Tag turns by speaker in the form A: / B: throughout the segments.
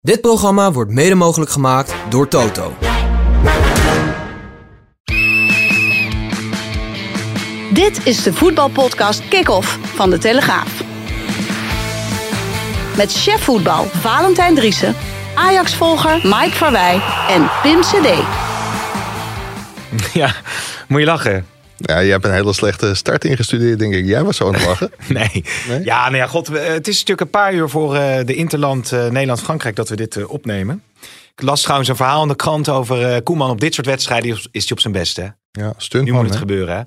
A: Dit programma wordt mede mogelijk gemaakt door Toto.
B: Dit is de voetbalpodcast Kick-Off van De Telegraaf. Met chef voetbal Valentijn Driessen, Ajax-volger Mike Verwij en Pim CD.
C: Ja, moet je lachen.
D: Ja, je hebt een hele slechte start ingestudeerd, denk ik. Jij was zo aan het lachen.
C: Nee.
D: Nee?
C: Ja, nou ja, god. we- eh, Het is natuurlijk een paar uur voor eh, de Interland eh, Nederland-Frankrijk dat we dit eh, opnemen. Ik las trouwens een verhaal in de krant over eh, Koeman. Op dit soort wedstrijden is is hij op zijn best, hè?
D: Ja,
C: Nu moet
D: stuntman.
C: het
D: hè?
C: gebeuren, hè?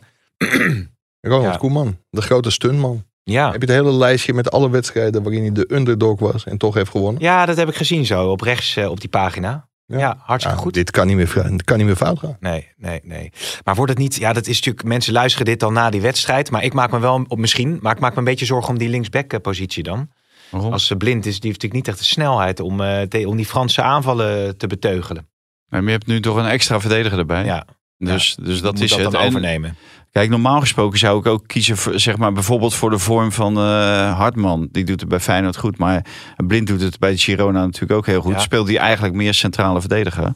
D: Ronald
C: Ja.
D: Koeman, de grote stuntman.
C: Ja.
D: Heb je het hele lijstje met alle wedstrijden waarin hij de underdog was en toch heeft gewonnen?
C: ja, dat heb ik gezien zo. Op rechts eh, op die pagina. Ja,
D: Ja.
C: hartstikke
D: Ja,
C: goed.
D: Dit kan niet, meer, dit kan niet meer fout gaan.
C: Nee, nee, nee. Maar wordt het niet... Ja, dat is natuurlijk... Mensen luisteren dit dan na die wedstrijd. Maar ik maak me wel... Op, misschien, maar ik maak me een beetje zorgen om die linksback-positie dan.
E: Waarom?
C: Als ze blind is, die heeft natuurlijk niet echt de snelheid om, eh, te- om die Franse aanvallen te beteugelen.
E: Nee, maar je hebt nu toch een extra verdediger erbij.
C: Ja.
E: Dus, dus dat
C: Moet
E: is het.
C: dan
E: En
C: overnemen.
E: kijk, normaal gesproken zou ik ook kiezen voor, zeg maar, bijvoorbeeld voor de vorm van eh, Hartman. Die doet het bij Feyenoord goed, maar Blind doet het bij Girona natuurlijk ook heel goed.
C: Ja.
E: Speelt hij eigenlijk meer centrale verdediger.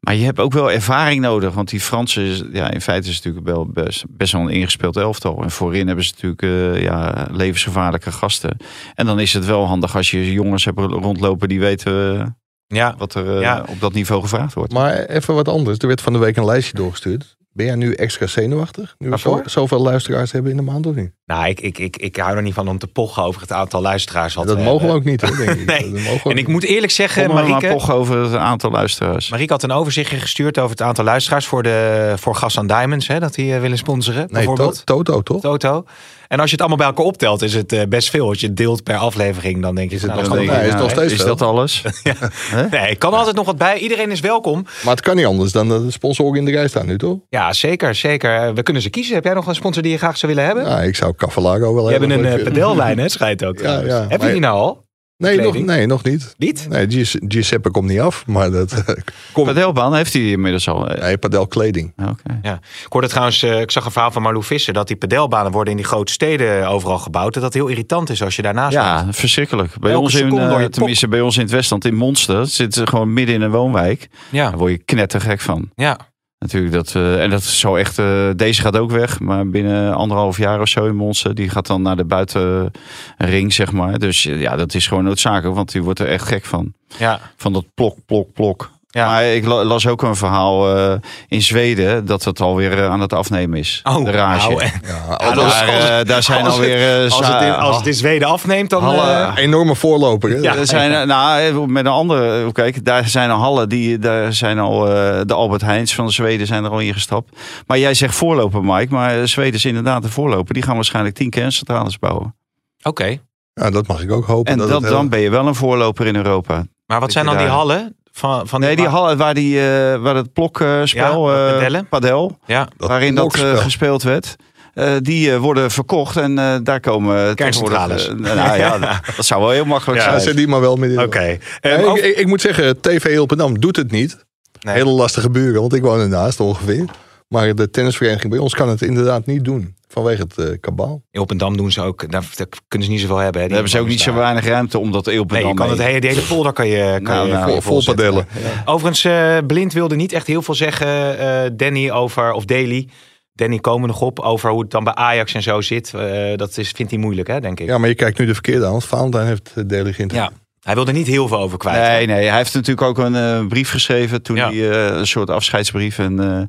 E: Maar je hebt ook wel ervaring nodig, want die Fransen, is- ja, in feite is het natuurlijk wel best, best wel een ingespeeld elftal. En voorin hebben ze natuurlijk eh, ja, levensgevaarlijke gasten. En dan is het wel handig als je jongens hebt rondlopen die weten eh,
C: Ja,
E: wat er eh,
C: Ja.
E: op dat niveau gevraagd wordt.
D: Maar even wat anders. Er werd van de week een lijstje doorgestuurd. Ben jij nu extra zenuwachtig? Nu we zo,
C: Waarvoor?
D: zoveel luisteraars hebben in de maand of niet?
C: nou, ik, ik, ik, ik hou er niet van om te pochen over het aantal luisteraars. Wat
D: dat
C: we
D: mogen we
C: hebben.
D: ook niet, hoor, denk ik.
C: eh, Nee.
D: Dat mogen we
C: En ik
D: ook
C: moet eerlijk zeggen,
E: Kom maar maar
C: Marieke,
E: pochen over het aantal luisteraars.
C: Marieke had een overzichtje gestuurd over het aantal luisteraars voor, de, voor Gas aan Diamonds. Hè, dat die eh, willen sponsoren,
D: Nee, to-
C: bijvoorbeeld.
D: Toto toch?
C: Toto. En als je het allemaal bij elkaar optelt, is het eh, best veel. Als je het deelt per aflevering, dan denk je... Is
D: het
E: Nou,
D: nog
E: dan
D: steeds-
E: denk ik,
D: nee, is
E: nou,
D: nog steeds
E: Is dat alles?
C: Nee, ik kan er altijd nog wat bij. Iedereen is welkom.
D: Maar het kan niet anders dan dat de sponsoren in de rij staan nu, toch?
C: Ja, zeker, zeker. Eh, We kunnen ze kiezen. Heb jij nog een sponsor die je graag zou willen hebben?
D: Ja, ik zou Cavallaro wel
C: je hebt
D: hebben.
C: een eh, pedellijn, hè, schijnt ook.
D: Ja,
C: trouwens.
D: ja,
C: Heb je
D: maar-
C: die nou al?
D: Nee, nog,
C: kleding?
D: nee, nog niet.
C: Niet?
D: Nee, Gis- Giuseppe komt niet af, maar
C: Ah.
D: dat...
E: Kom. Padelbaan heeft hij inmiddels al. eh,
D: Nee, padel kleding.
E: Oké.
C: Ja. Ik hoorde trouwens, eh, ik zag een verhaal van Marlou Visser... dat die padelbanen worden in die grote steden overal gebouwd... en dat heel irritant is als je daarnaast staat.
E: Ja, verschrikkelijk. Bij
C: Elke
E: ons, in,
C: seconde door je
E: eh, tenminste, bij ons in het Westland, in Monster, zit ze gewoon midden in een woonwijk.
C: Ja,
E: Daar word je knettergek van.
C: ja.
E: Natuurlijk dat, eh, en dat is zo echt, eh, deze gaat ook weg, maar binnen anderhalf jaar of zo in Monster, die gaat dan naar de buitenring, zeg maar. Dus eh, ja, dat is gewoon noodzakelijk, want die wordt er echt gek van.
C: ja.
E: van dat plok, plok, plok.
C: Ja.
E: Maar ik la- las ook een verhaal eh, in Zweden dat het alweer eh, aan het afnemen is.
C: Oh,
E: de rage.
C: nou, eh,
D: Ja,
E: Ja,
D: dat is
E: daar, eh, daar zijn
C: als
E: alweer... eh,
C: als, het in, als het in Zweden afneemt, dan...
E: Halle-
C: eh,
D: een enorme voorloper. hè?
C: Ja.
E: er zijn, eh, nou, eh, met een andere, kijk, daar zijn al hallen, die, daar zijn al, eh, de Albert Heijns van de Zweden zijn er al ingestapt. Maar jij zegt voorloper, Mike, maar eh, Zweden is inderdaad de voorloper. Die gaan waarschijnlijk tien kerncentrales bouwen.
C: Oké,
D: Ja, dat mag ik ook hopen.
E: En
D: dat
E: dat,
D: het eh, heel-
E: dan ben je wel een voorloper in Europa.
C: maar wat zijn dan die hallen? Van, van
E: Nee, die hallen waar, die, eh, waar het blokspel,
C: Ja, dat
E: eh,
C: padellen.
E: padel,
C: Ja,
D: dat
E: waarin dat eh,
D: blokspel.
E: gespeeld werd. eh, die eh, worden verkocht en eh, daar komen eh,
C: Kerncentrales.
E: tegenwoordig, eh, nou ja, dat- dat zou wel heel makkelijk
C: Ja,
D: Ja,
E: zijn.
D: zet die maar wel midden.
C: oké.
D: in.
C: Ehm,
D: Nee,
C: ook-
D: ik, ik, ik moet zeggen, TV Hilpendam doet het niet.
C: Nee.
D: Hele lastige buren, want ik woon ernaast ongeveer. Maar de tennisvereniging bij ons kan het inderdaad niet doen. Vanwege het eh, kabaal.
C: Op een dam doen ze ook... Daar, daar kunnen ze niet zoveel hebben. Hè,
E: Daar hebben ze ook niet zo weinig ruimte om dat eeuwpendam
C: Nee, je kan het hele, die hele folder kan je, kan
E: Nou,
C: je eh,
E: nou,
C: voor je
D: Vol, vol
C: volzetten.
D: padellen.
C: Overigens, eh, Blind wilde niet echt heel veel zeggen, eh, Danny, over, of Daly. Danny komen nog op over hoe het dan bij Ajax en zo zit. Eh, dat is, vindt hij moeilijk, hè, denk ik.
D: Ja, maar je kijkt nu de verkeerde aan. Want Valentijn heeft uh, Deli geïnterviewd.
C: Ja. Hij wilde niet heel veel over kwijt.
E: Nee, nee, hij heeft natuurlijk ook een eh, brief geschreven toen
C: Ja.
E: hij eh, een soort afscheidsbrief en eh,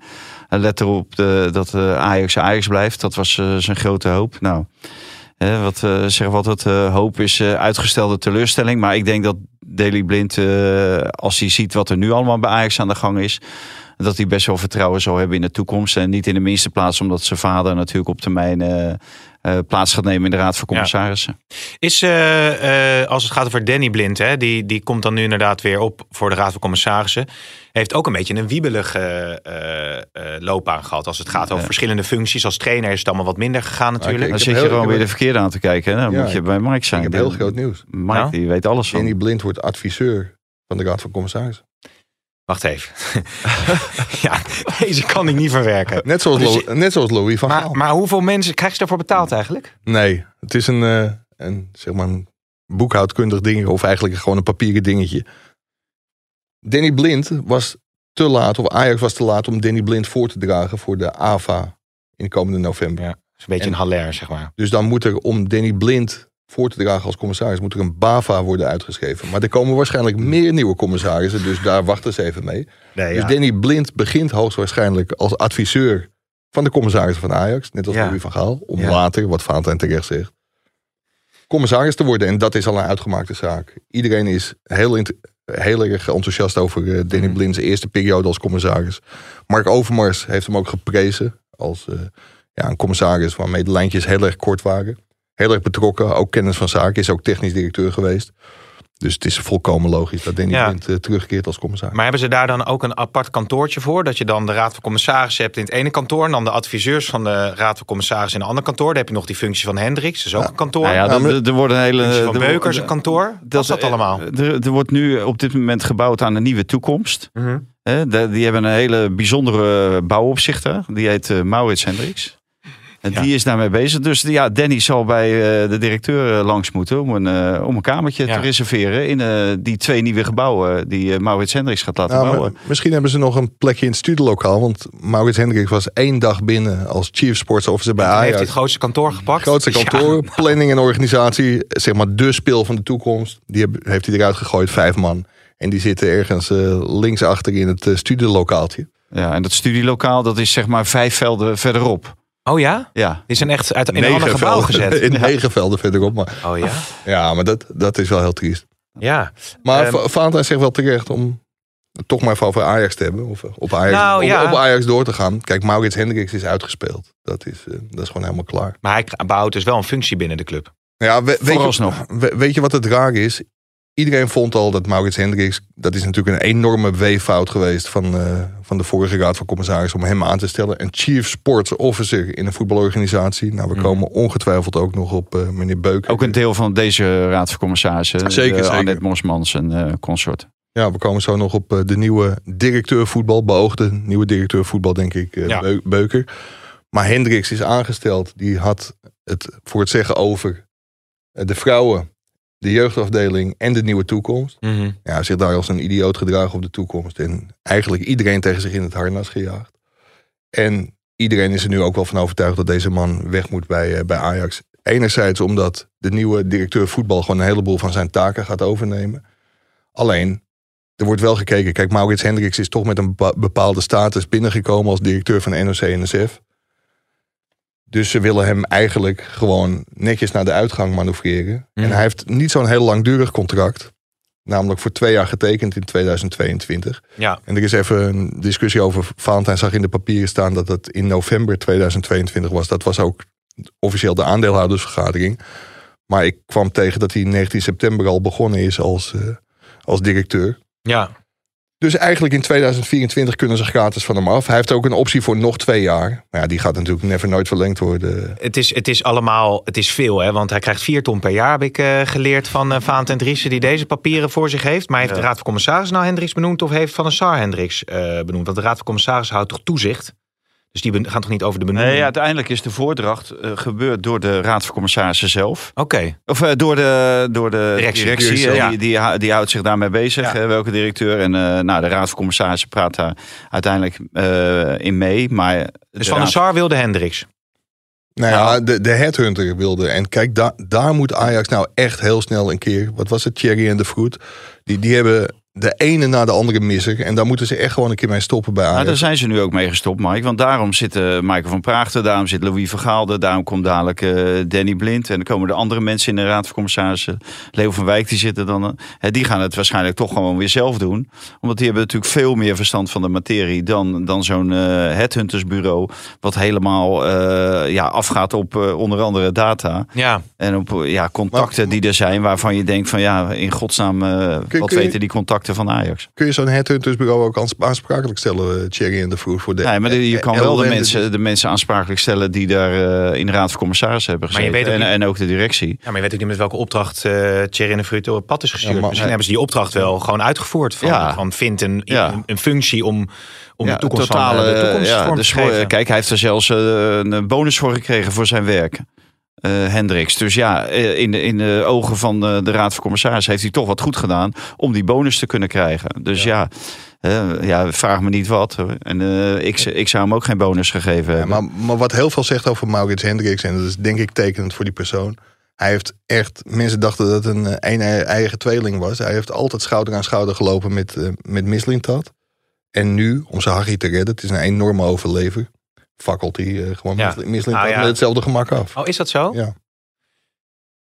E: een let erop de, dat eh, Ajax Ajax blijft. Dat was eh, zijn grote hoop. Nou, hè, wat eh zeggen we altijd, eh, hoop is eh, uitgestelde teleurstelling. Maar ik denk dat Daley Blind, eh, als hij ziet wat er nu allemaal bij Ajax aan de gang is, dat hij best wel vertrouwen zal hebben in de toekomst. En niet in de minste plaats omdat zijn vader natuurlijk op termijn eh, eh, plaats gaat nemen in de Raad van Commissarissen.
C: Is, eh, eh, als het gaat over Danny Blind, hè, die, die komt dan nu inderdaad weer op voor de Raad van Commissarissen. Heeft ook een beetje een wiebelige eh, eh, loopbaan gehad. Als het gaat over
E: Ja.
C: verschillende functies. Als trainer is het allemaal wat minder gegaan natuurlijk.
E: Dan
D: heb
E: zit je
D: heel-
E: gewoon
D: ik
E: weer
D: heb-
E: de verkeerde aan te kijken. Hè? Dan
D: Ja,
E: moet je bij Mike zijn.
D: Ik heb heel groot nieuws.
E: Mike
C: Nou?
E: die weet alles van.
D: Danny Blind wordt adviseur van de Raad van Commissarissen.
C: Wacht even. ja, deze kan ik niet verwerken.
D: Net zoals,
C: Dus
D: Lo-
C: je-
D: net zoals Louis van
C: Maar,
D: Gaal.
C: maar hoeveel mensen krijg je daarvoor betaald eigenlijk?
D: Nee, het is een, eh, een, zeg maar een boekhoudkundig ding. Of eigenlijk gewoon een papieren dingetje. Danny Blind was te laat, of Ajax was te laat om Danny Blind voor te dragen voor de AVA in de komende november.
C: Ja. Dat is een beetje een
D: En-
C: haler, zeg maar.
D: Dus dan moet er om Danny Blind voor te dragen als commissaris, moet er een BAVA worden uitgeschreven. Maar er komen waarschijnlijk meer nieuwe commissarissen, dus daar wachten ze even mee.
C: Nee,
D: Dus Danny Blind begint hoogstwaarschijnlijk als adviseur van de commissarissen van Ajax, net als
C: Ja.
D: Louis van Gaal, om
C: Ja.
D: later, wat Valentijn terecht zegt, commissaris te worden. En dat is al een uitgemaakte zaak. Iedereen is heel, int- heel erg enthousiast over eh, Danny
C: Mhm.
D: Blind's eerste periode als commissaris. Mark Overmars heeft hem ook geprezen als eh, ja, een commissaris waarmee de lijntjes heel erg kort waren. Heel erg betrokken, ook kennis van zaken, is ook technisch directeur geweest. Dus het is volkomen logisch dat Danny
C: Ja.
D: Blind eh, terugkeert als commissaris.
C: Maar hebben ze daar dan ook een apart kantoortje voor? Dat je dan de Raad van Commissarissen hebt in het ene kantoor... en dan de adviseurs van de Raad van Commissarissen in een ander kantoor. Dan heb je nog die functie van Hendricks, dat is ook een kantoor.
E: Nou ja,
D: Ja, maar-
E: er- er worden hele.
C: functie van
E: er wo-
C: Beukers,
E: er-
C: een kantoor. Dat is eh, dat allemaal.
E: Er, er wordt nu op dit moment gebouwd aan een nieuwe toekomst.
C: Mhm.
E: Hè, de- die hebben een hele bijzondere bouwopzichter. Die heet eh, Maurits Hendricks. En
C: Ja.
E: die is daarmee bezig. Dus ja, Danny zal bij eh, de directeur eh, langs moeten om een, eh, om een kamertje
C: Ja.
E: te reserveren in eh, die twee nieuwe gebouwen die eh, Maurits Hendricks gaat laten
D: Nou, maar
E: bouwen.
D: misschien hebben ze nog een plekje in het studielokaal. Want Maurits Hendrik was één dag binnen als Chief Sports Officer bij
C: Hij heeft
D: Ajax.
C: dit grootste kantoor gepakt.
D: Grootste
C: Ja.
D: kantoor, planning en organisatie. Zeg maar de speel van de toekomst. Die heb- heeft hij eruit gegooid, vijf man. En die zitten ergens eh, linksachter in het eh, studielokaaltje.
E: Ja, en dat studielokaal dat is zeg maar vijf velden verderop.
C: Oh ja?
E: Ja.
C: Die zijn echt uit in een ander gebouw
D: velden-
C: gezet.
D: In negen velden verderop. Maar,
C: Oh ja?
D: ja, maar dat, dat is wel heel triest.
C: Ja.
D: Maar
C: Ehm,
D: Va- Valentijn zegt wel terecht om het toch maar even over Ajax te hebben. Of eh, op Ajax,
C: Nou,
D: om
C: ja.
D: op Ajax door te gaan. Kijk, Maurits Hendricks is uitgespeeld. Dat is, eh, dat is gewoon helemaal klaar.
C: Maar hij behoudt dus wel een functie binnen de club.
D: Nou Ja, we- weet, je,
E: Vooralsnog.
D: we- weet je wat het raar is? Iedereen vond al dat Maurits Hendricks... dat is natuurlijk een enorme weeffout geweest... Van, eh, van de vorige raad van commissarissen om hem aan te stellen. Een chief sports officer in een voetbalorganisatie. Nou, we komen ongetwijfeld ook nog op eh, meneer Beuken.
E: Mm. Ook een deel van deze raad van commissarissen.
D: Zeker,
E: eh,
D: zeker.
E: Annette Mosmans en eh, consort.
D: Ja, we komen zo nog op eh, de nieuwe directeur voetbal. Beoogde nieuwe directeur voetbal, denk ik, eh,
C: Ja.
D: Beu- Beuker. Maar Hendricks is aangesteld. Die had het voor het zeggen over eh, de vrouwen... de jeugdafdeling en de nieuwe toekomst... ja, zich daar als een idioot gedragen op de toekomst. En eigenlijk iedereen tegen zich in het harnas gejaagd. En iedereen is er nu ook wel van overtuigd dat deze man weg moet bij, eh, bij Ajax. Enerzijds omdat de nieuwe directeur voetbal gewoon een heleboel van zijn taken gaat overnemen. Alleen, er wordt wel gekeken. Kijk, Maurits Hendricks is toch met een bepa- bepaalde status binnengekomen als directeur van NOC-NSF. Dus ze willen hem eigenlijk gewoon netjes naar de uitgang manoeuvreren. En hij heeft niet zo'n heel langdurig contract. Namelijk voor twee jaar getekend in 2022.
C: Ja.
D: En er is even een discussie over. Valentijn zag in de papieren staan dat dat in november 2022 was. Dat was ook officieel de aandeelhoudersvergadering. Maar ik kwam tegen dat hij 19 september al begonnen is als, eh, als directeur.
C: Ja.
D: Dus eigenlijk in 2024 kunnen ze gratis van hem af. Hij heeft ook een optie voor nog twee jaar. Maar ja, die gaat natuurlijk never nooit verlengd worden.
C: Het is, het is allemaal, het is veel hè, want hij krijgt vier ton per jaar, heb ik eh, geleerd van eh Vaant en Driessen, die deze papieren voor zich heeft. Maar heeft de Raad van Commissaris nou Hendricks benoemd of heeft Van der Sar Hendricks eh, benoemd? Want de Raad van Commissaris houdt toch toezicht? Dus die ben- gaan toch niet over de benoeming?
E: Nee, uiteindelijk is de voordracht eh, gebeurd door de Raad van Commissarissen zelf.
C: Oké. Dus
E: Of eh, door de, door de
C: Directie.
E: directie.
C: Directie,
E: eh,
C: ja.
E: die, die, hou- die houdt zich daarmee bezig,
C: Ja.
E: eh, welke directeur. En eh, nou, de Raad van Commissarissen praat daar uiteindelijk eh, in mee. Maar de
C: Dus Van der
E: Raad-
C: Sar wilde Hendricks.
D: Nou ja, de, de headhunter wilde. En kijk, da, daar moet Ajax nou echt heel snel een keer. Wat was het? Thierry en de Vroet. Die, die hebben de ene na de andere misser. En daar moeten ze echt gewoon een keer mee stoppen bij
E: Nou,
D: Ajax.
E: daar zijn ze nu ook mee gestopt, Mike. Want daarom zit eh, Michael van Praagte, daarom zit Louis Vergaal er, daarom komt dadelijk eh, Danny Blind. En dan komen er andere mensen in de Raad van Commissarissen. Leo van Wijk, die zitten dan. eh, hè, die gaan het waarschijnlijk toch gewoon weer zelf doen. Omdat die hebben natuurlijk veel meer verstand van de materie dan, dan zo'n eh, headhuntersbureau. Wat helemaal eh, ja, afgaat op eh, onder andere data.
C: Ja,
E: En op eh, ja, contacten die er zijn waarvan je denkt van ja, in godsnaam, eh,
D: Kun-
E: wat
D: kun je-
E: weten die contacten van Ajax?
D: Kun je zo'n headhuntersbureau ook ans- aansprakelijk stellen, eh, Thierry en de Vroeg? Voor de,
E: Nee, maar de- je kan
D: eh,
E: wel de
D: ellende
E: mensen, de mensen aansprakelijk stellen die daar eh, in de Raad van Commissarissen hebben
C: Maar je
E: gezeten.
C: weet ook
E: en, en ook de directie.
C: ja, maar je weet ook niet met welke opdracht eh Thierry en de Fruit op het pad is gestuurd.
D: Ja, maar-
C: Misschien hebben ze die opdracht wel gewoon uitgevoerd. Van,
E: Ja.
C: van vindt een,
E: Ja.
C: een, een functie om, om de toekomst van eh, de
E: eh,
C: toekomst
E: ja,
C: vorm
E: de
C: te
E: schor-
C: geven.
E: Kijk, hij heeft er zelfs eh, een bonus voor gekregen voor zijn werk. eh Hendricks. Dus ja, eh, in de, in de ogen van eh, de Raad van Commissarissen heeft hij toch wat goed gedaan om die bonus te kunnen krijgen. Dus ja, eh, ja vraag me niet wat. hoor. En eh, ik, z- ik zou hem ook geen bonus gegeven
D: Ja,
E: hebben.
D: maar, maar wat heel veel zegt over Maurits Hendricks, en dat is denk ik tekenend voor die persoon. Hij heeft echt, mensen dachten dat het een eh, een ei- eigen tweeling was. Hij heeft altijd schouder aan schouder gelopen met, eh met Mislintat. En nu, om zijn Harry te redden, het is een enorme overlever. Fakkelt hij eh, gewoon
C: Ja.
D: ja. Mislintat
C: Ah, ja.
D: met hetzelfde gemak af.
C: Oh, is dat zo?
D: Ja.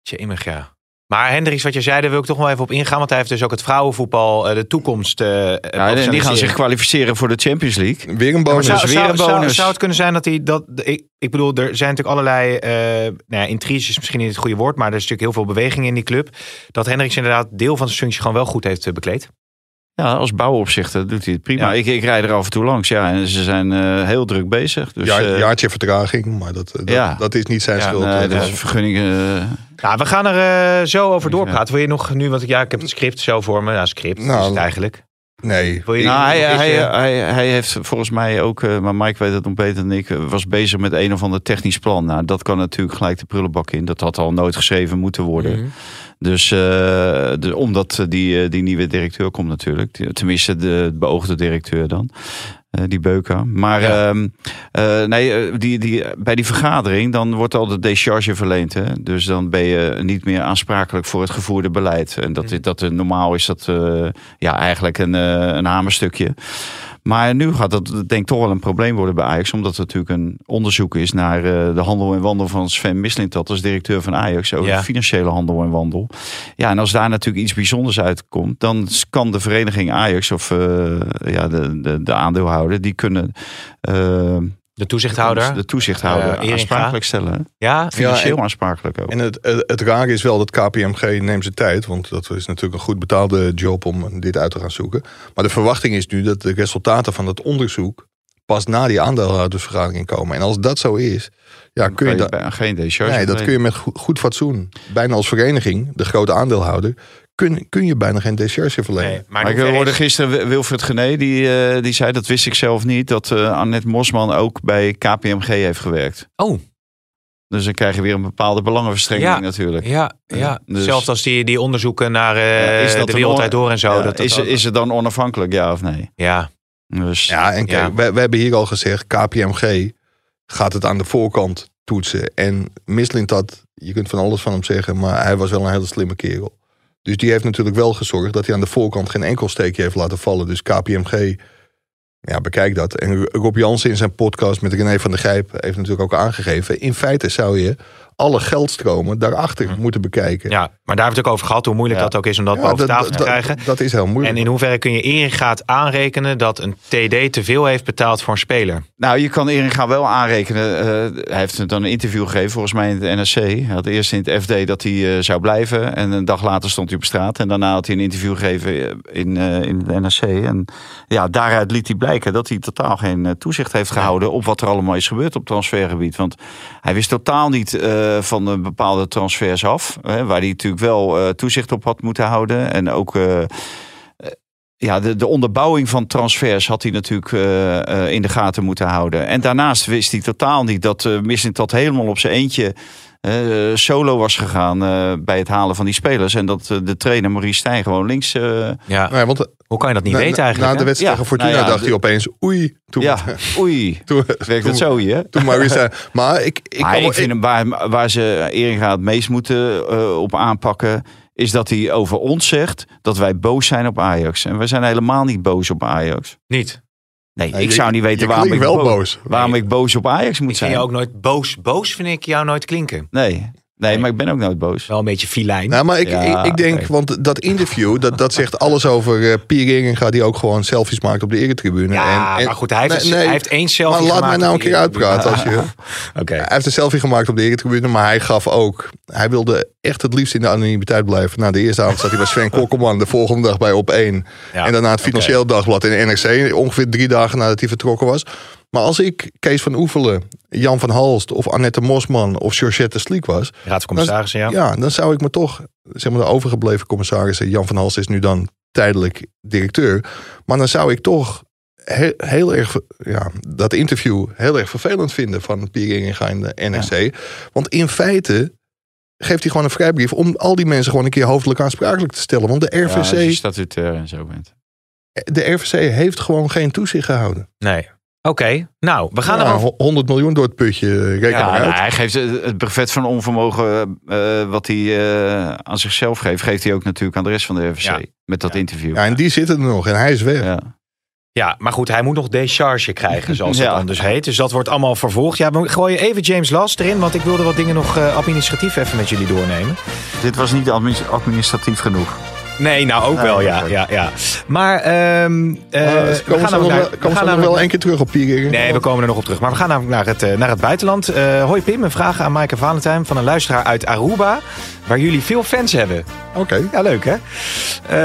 C: Jemig, ja. Maar Hendricks, wat je zei, daar wil ik toch wel even op ingaan. Want hij heeft dus ook het vrouwenvoetbal eh, de toekomst. eh,
E: Ja, en die gaan
C: professionaliseren.
E: zich kwalificeren voor de Champions League.
D: Weer een
C: Maar
D: bonus.
C: zou,
E: weer
C: zou-
E: een
C: zou-
E: bonus.
C: zou het kunnen zijn dat hij dat. Ik, ik bedoel, er zijn natuurlijk allerlei. eh nou ja, intriges is misschien niet het goede woord. Maar er is natuurlijk heel veel beweging in die club. Dat Hendricks inderdaad deel van zijn functie gewoon wel goed heeft eh, bekleed.
E: Ja, als bouwopzichter doet hij het prima.
C: Ja.
E: Ik, ik rijd er af en toe langs, ja. En ze zijn eh, heel druk bezig. Dus,
D: Jaar-
E: eh,
D: jaartje vertraging, maar dat, eh, dat,
E: ja.
D: dat is niet zijn
C: Ja,
D: schuld.
E: nee,
D: Eh,
E: dus vergunningen... eh,
C: Nou, we gaan er eh, zo over doorpraten. Wil je nog nu? Want ja, ik heb het script zo voor me. Nou, script
D: Nou,
C: is het eigenlijk.
D: nee.
C: Wil je
E: nou, hij,
C: nog iets,
E: hij,
C: eh,
E: hij, hij heeft volgens mij ook, eh, maar Mike weet het nog beter dan ik, eh, was bezig met een of ander technisch plan. Nou, dat kan natuurlijk gelijk de prullenbak in. Dat had al nooit geschreven moeten worden. Dus eh, de- omdat eh, die, eh, die nieuwe directeur komt natuurlijk. Die- Tenminste, de beoogde directeur dan. Eh, die Beuka. Maar ehm, eh, nee, eh, die, die, bij die vergadering dan wordt al de décharge verleend. Hè? Dus dan ben je niet meer aansprakelijk voor het gevoerde beleid. En dat, dat, eh, normaal is dat eh, ja, eigenlijk een, eh, een hamerstukje. Maar nu gaat dat denk ik toch wel een probleem worden bij Ajax. Omdat er natuurlijk een onderzoek is naar eh, de handel en wandel van Sven Mislintat als directeur van Ajax. Over
C: Ja.
E: de financiële handel en wandel. Ja, en als daar natuurlijk iets bijzonders uitkomt, dan kan de vereniging Ajax of eh, ja, de, de, de aandeelhouder, die kunnen eh,
C: de toezichthouder.
E: de toezichthouder
C: Eh, Eringa.
E: aansprakelijk stellen.
C: ja,
E: Financieel aansprakelijk ook.
D: En het, het, het rare is wel dat KPMG neemt zijn tijd. Want dat is natuurlijk een goed betaalde job om dit uit te gaan zoeken. Maar de verwachting is nu dat de resultaten van dat onderzoek pas na die aandeelhoudersvergadering komen. En als dat zo is, ja, kun je,
E: Kan je
D: dat,
E: bij- geen décharge
D: nee, dat
E: verlenen.
D: kun je met goed, goed fatsoen, bijna als vereniging, de grote aandeelhouder, kun, kun je bijna geen décharge verlenen.
C: Nee,
E: Maar ik
C: hoef je
E: hoorde
C: eens-
E: gisteren Wil- Wilfred Gené, die, eh, die zei, dat wist ik zelf niet, dat eh Annette Mosman ook bij KPMG heeft gewerkt.
C: Oh.
E: Dus dan krijg je weer een bepaalde belangenverstrengeling
C: Ja.
E: natuurlijk.
C: Ja,
D: Eh,
C: ja.
E: dus-
C: zelfs als die, die onderzoeken naar eh,
E: Ja, is dat
C: de
E: een
C: wereld
E: or-
C: uit door en zo.
E: Ja,
C: dat, dat
E: is,
C: ook-
E: is het dan onafhankelijk, ja of nee?
C: ja.
E: Dus,
D: Ja, en kijk,
C: Ja.
D: Wij, wij hebben hier al gezegd, KPMG gaat het aan de voorkant toetsen. En Mislint had, je kunt van alles van hem zeggen, maar hij was wel een hele slimme kerel. Dus die heeft natuurlijk wel gezorgd dat hij aan de voorkant geen enkel steekje heeft laten vallen. Dus KPMG, ja, bekijk dat. En Rob Jansen in zijn podcast met René van der Gijp heeft natuurlijk ook aangegeven. In feite zou je alle geldstromen daarachter moeten bekijken.
C: Hm. ja, maar daar hebben we het ook over gehad, hoe moeilijk
E: Ja.
C: dat ook is om dat
D: Ja,
C: boven
D: dat-
C: tafel te
D: dat-
C: krijgen.
D: Dat is heel moeilijk.
C: En in hoeverre kun je Eringaat aanrekenen dat een TD te veel heeft betaald voor een speler?
E: Nou, je kan Eringa wel aanrekenen. eh, hij heeft dan een interview gegeven, volgens mij in het NRC. Hij had eerst in het FD dat hij eh, zou blijven. En een dag later stond hij op straat. En daarna had hij een interview gegeven eh, in, eh, in het NRC. En ja, daaruit liet hij blijken dat hij totaal geen eh, toezicht heeft gehouden... op wat er allemaal is gebeurd op transfergebied. Want hij wist totaal niet eh, van de bepaalde transfers af. Hè, waar hij natuurlijk wel eh, toezicht op had moeten houden. En ook... eh, ja, de, de onderbouwing van transfers had hij natuurlijk eh, eh, in de gaten moeten houden. En daarnaast wist hij totaal niet dat eh Missing dat helemaal op zijn eentje eh, solo was gegaan eh, bij het halen van die spelers. En dat eh, de trainer Maurice Stijn gewoon links. eh,
C: Ja.
D: Nou ja, want
C: Hoe kan je dat niet
D: na,
C: weten
D: na,
C: eigenlijk?
D: na de
C: hè?
D: wedstrijd
E: Ja,
D: tegen Fortuna
E: nou ja,
D: dacht
E: de-
D: hij opeens, oei, toen,
E: ja, oei.
D: toen,
E: Werkt
D: toen-
E: dat zo hier?
D: Toen Maurice zei, Maar ik, ik,
E: Maar
D: kan
E: ik
D: wel-
E: vind hem waar, waar ze Eringa het meest moeten eh, op aanpakken. is dat hij over ons zegt dat wij boos zijn op Ajax. En wij zijn helemaal niet boos op Ajax.
C: Niet.
E: Nee,
D: Nee,
E: ik
D: je-
E: zou niet weten
D: je
E: waarom ik,
D: klinkt wel
E: bo-
D: boos.
E: waarom ik boos op Ajax moet
C: Ik vind
E: zijn.
C: je ook nooit boos. Boos vind ik jou nooit klinken.
E: nee. nee, maar ik ben ook nooit boos.
C: Wel een beetje filijn.
D: Nou, maar ik,
E: Ja,
D: ik, ik denk,
E: oké.
D: want dat interview, dat, dat zegt alles over eh Pier Inga, die ook gewoon selfies maakt op de eretribune.
C: ja,
D: En- en-
C: maar goed, hij heeft,
D: Nee,
C: een-
D: nee,
C: hij heeft één selfie
D: maar laat
C: gemaakt
D: mij nou een
C: op die
D: keer uitpraten.
C: eretribune.
D: Als je,
C: Oké.
D: hij heeft een selfie gemaakt op de eretribune, maar hij gaf ook... Hij wilde echt het liefst in de anonimiteit blijven. Nou, de eerste avond zat hij bij Sven Kokkelman, de volgende dag bij Op1.
C: Ja,
D: en daarna het Financieel Dagblad in NRC, ongeveer drie dagen nadat hij vertrokken was. Maar als ik Kees van Oevelen, Jan van Halst of Annette Mosman of Georgette Sliek was...
C: Raad van Commissarissen, ja.
D: Ja. dan zou ik me toch, zeg maar de overgebleven commissarissen, Jan van Hals is nu dan tijdelijk directeur, maar dan zou ik toch he- heel erg, ver- ja, dat interview heel erg vervelend vinden van Pierre Inga in de NRC. Want in feite geeft hij gewoon een vrijbrief om al die mensen gewoon een keer hoofdelijk aansprakelijk te stellen. Want de
E: Ja, als je
D: RVC,
E: statutair en zo bent.
D: de RVC heeft gewoon geen toezicht gehouden.
C: Nee. Oké, nou, we gaan
D: Ja,
C: erover.
D: ho- 100 miljoen door het putje, eh, reken
E: Ja,
D: maar
E: nou,
D: uit.
E: hij geeft eh, het brevet van onvermogen eh, eh, wat hij eh, aan zichzelf geeft, geeft hij ook natuurlijk aan de rest van de RVC.
C: Ja.
E: Met dat
C: Ja.
E: interview.
D: Ja, en die zitten er nog en hij is weg.
E: Ja.
C: Ja, maar goed, hij moet nog décharge krijgen, zoals dat
E: Ja.
C: anders heet. Dus dat wordt allemaal vervolgd. Ja, we gooien even James Last erin, want ik wilde wat dingen nog eh, administratief even met jullie doornemen.
E: Dit was niet admi- administratief genoeg.
C: Nee, nou ook
E: Nee,
C: wel, ja,
E: natuurlijk.
C: ja, ja. Maar ehm, eh,
D: Maar Nou, Ah,
C: we
D: ze komen
C: gaan
D: ze nog
C: namelijk
D: wel-
C: naar- we
D: komen ze
C: gaan
D: nog
C: namelijk-
D: wel één keer terug op Pierre Inga?
C: Nee, we komen er nog op terug. Maar we gaan namelijk naar het, eh, naar het buitenland. Eh, hoi Pim, een vraag aan Maaike Valentijn van een luisteraar uit Aruba, waar jullie veel fans hebben.
D: Oké.
C: Ja, leuk hè?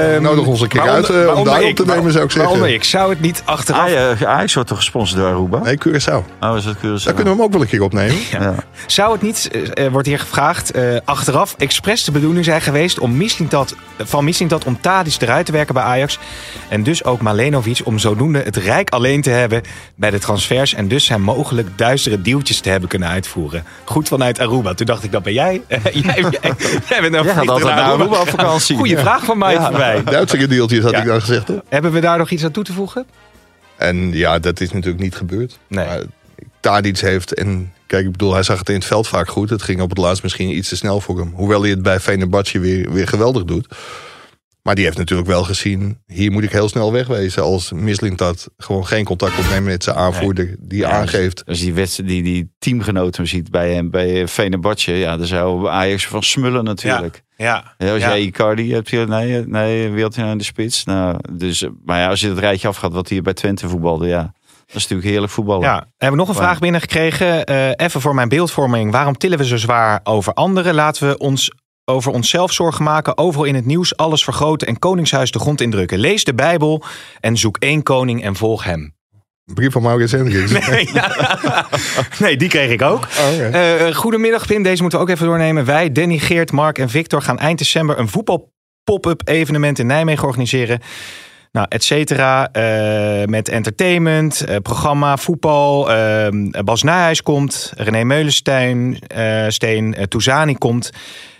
C: Ehm,
D: Nodig ons een keer
C: waaronder-
D: uit, eh, om
C: waaronder
D: daar op
C: ik-
D: te nemen, zou ik zeggen. Ah,
C: Waaronder ik zou het niet achteraf...
E: Ajax Ajax wordt toch gesponsord door Aruba?
D: Nee, Curaçao.
E: Oh, is dat Curaçao?
D: Daar kunnen we hem ook wel een keer opnemen.
E: Ja.
C: Zou het niet, eh, eh, wordt hier gevraagd, eh, achteraf expres de bedoeling zijn geweest om Mislintat, van Mislintat om Tadic eruit te werken bij Ajax. En dus ook Malenovic om zodoende het Rijk alleen te hebben bij de transfers. En dus zijn mogelijk duistere deeltjes te hebben kunnen uitvoeren. Goed vanuit Aruba. Toen dacht ik, dat ben jij. jij, jij, jij bent nou
E: Jij gaat altijd naar Aruba op vakantie.
C: Goeie vraag van mij voor mij.
D: Duitse deeltjes had
C: Ja.
D: ik dan gezegd. Hè?
C: Hebben we daar nog iets aan toe te voegen?
D: En ja, dat is natuurlijk niet gebeurd.
C: Nee.
D: Maar Tadic heeft, en kijk, ik bedoel, hij zag het in het veld vaak goed. Het ging op het laatst misschien iets te snel voor hem. Hoewel hij het bij Fenerbahce weer, weer geweldig doet. Maar die heeft natuurlijk wel gezien, hier moet ik heel snel wegwezen. Als dat gewoon geen contact opneemt met zijn aanvoerder. Die
E: Ja, dus
D: aangeeft,
E: Als je die, wedst- die, die teamgenoot hem ziet bij hem, bij Venebadje, ja, daar zou Ajax van smullen natuurlijk.
C: Ja.
E: Ja, als
C: Ja.
E: jij Icardi hebt, hier, nee, nee, wie had hij nou in de spits? Nou, dus, eh, maar ja, als je dat rijtje afgaat wat hier bij Twente voetbalde, ja, dat is natuurlijk heerlijk voetballen.
C: Ja, hebben we nog een
E: Waar?
C: vraag binnengekregen. eh even voor mijn beeldvorming. Waarom tillen we zo zwaar over anderen? Laten we ons over onszelf zorgen maken. Overal in het nieuws alles vergroten en koningshuis de grond indrukken. Lees de Bijbel en zoek één koning en volg hem.
D: brief van Maurits Hendricks.
C: Nee, ja. nee die kreeg ik ook.
D: Oh, oké.
C: Eh, eh, goedemiddag Pim, deze moeten we ook even doornemen. Wij, Danny, Geert, Mark en Victor gaan eind december een voetbal pop-up evenement in Nijmegen organiseren. Nou, et cetera. eh, met entertainment, eh, programma, voetbal. eh, Bas Nijhuis komt, René Meulenstein, eh, Steen, eh, Touzani komt.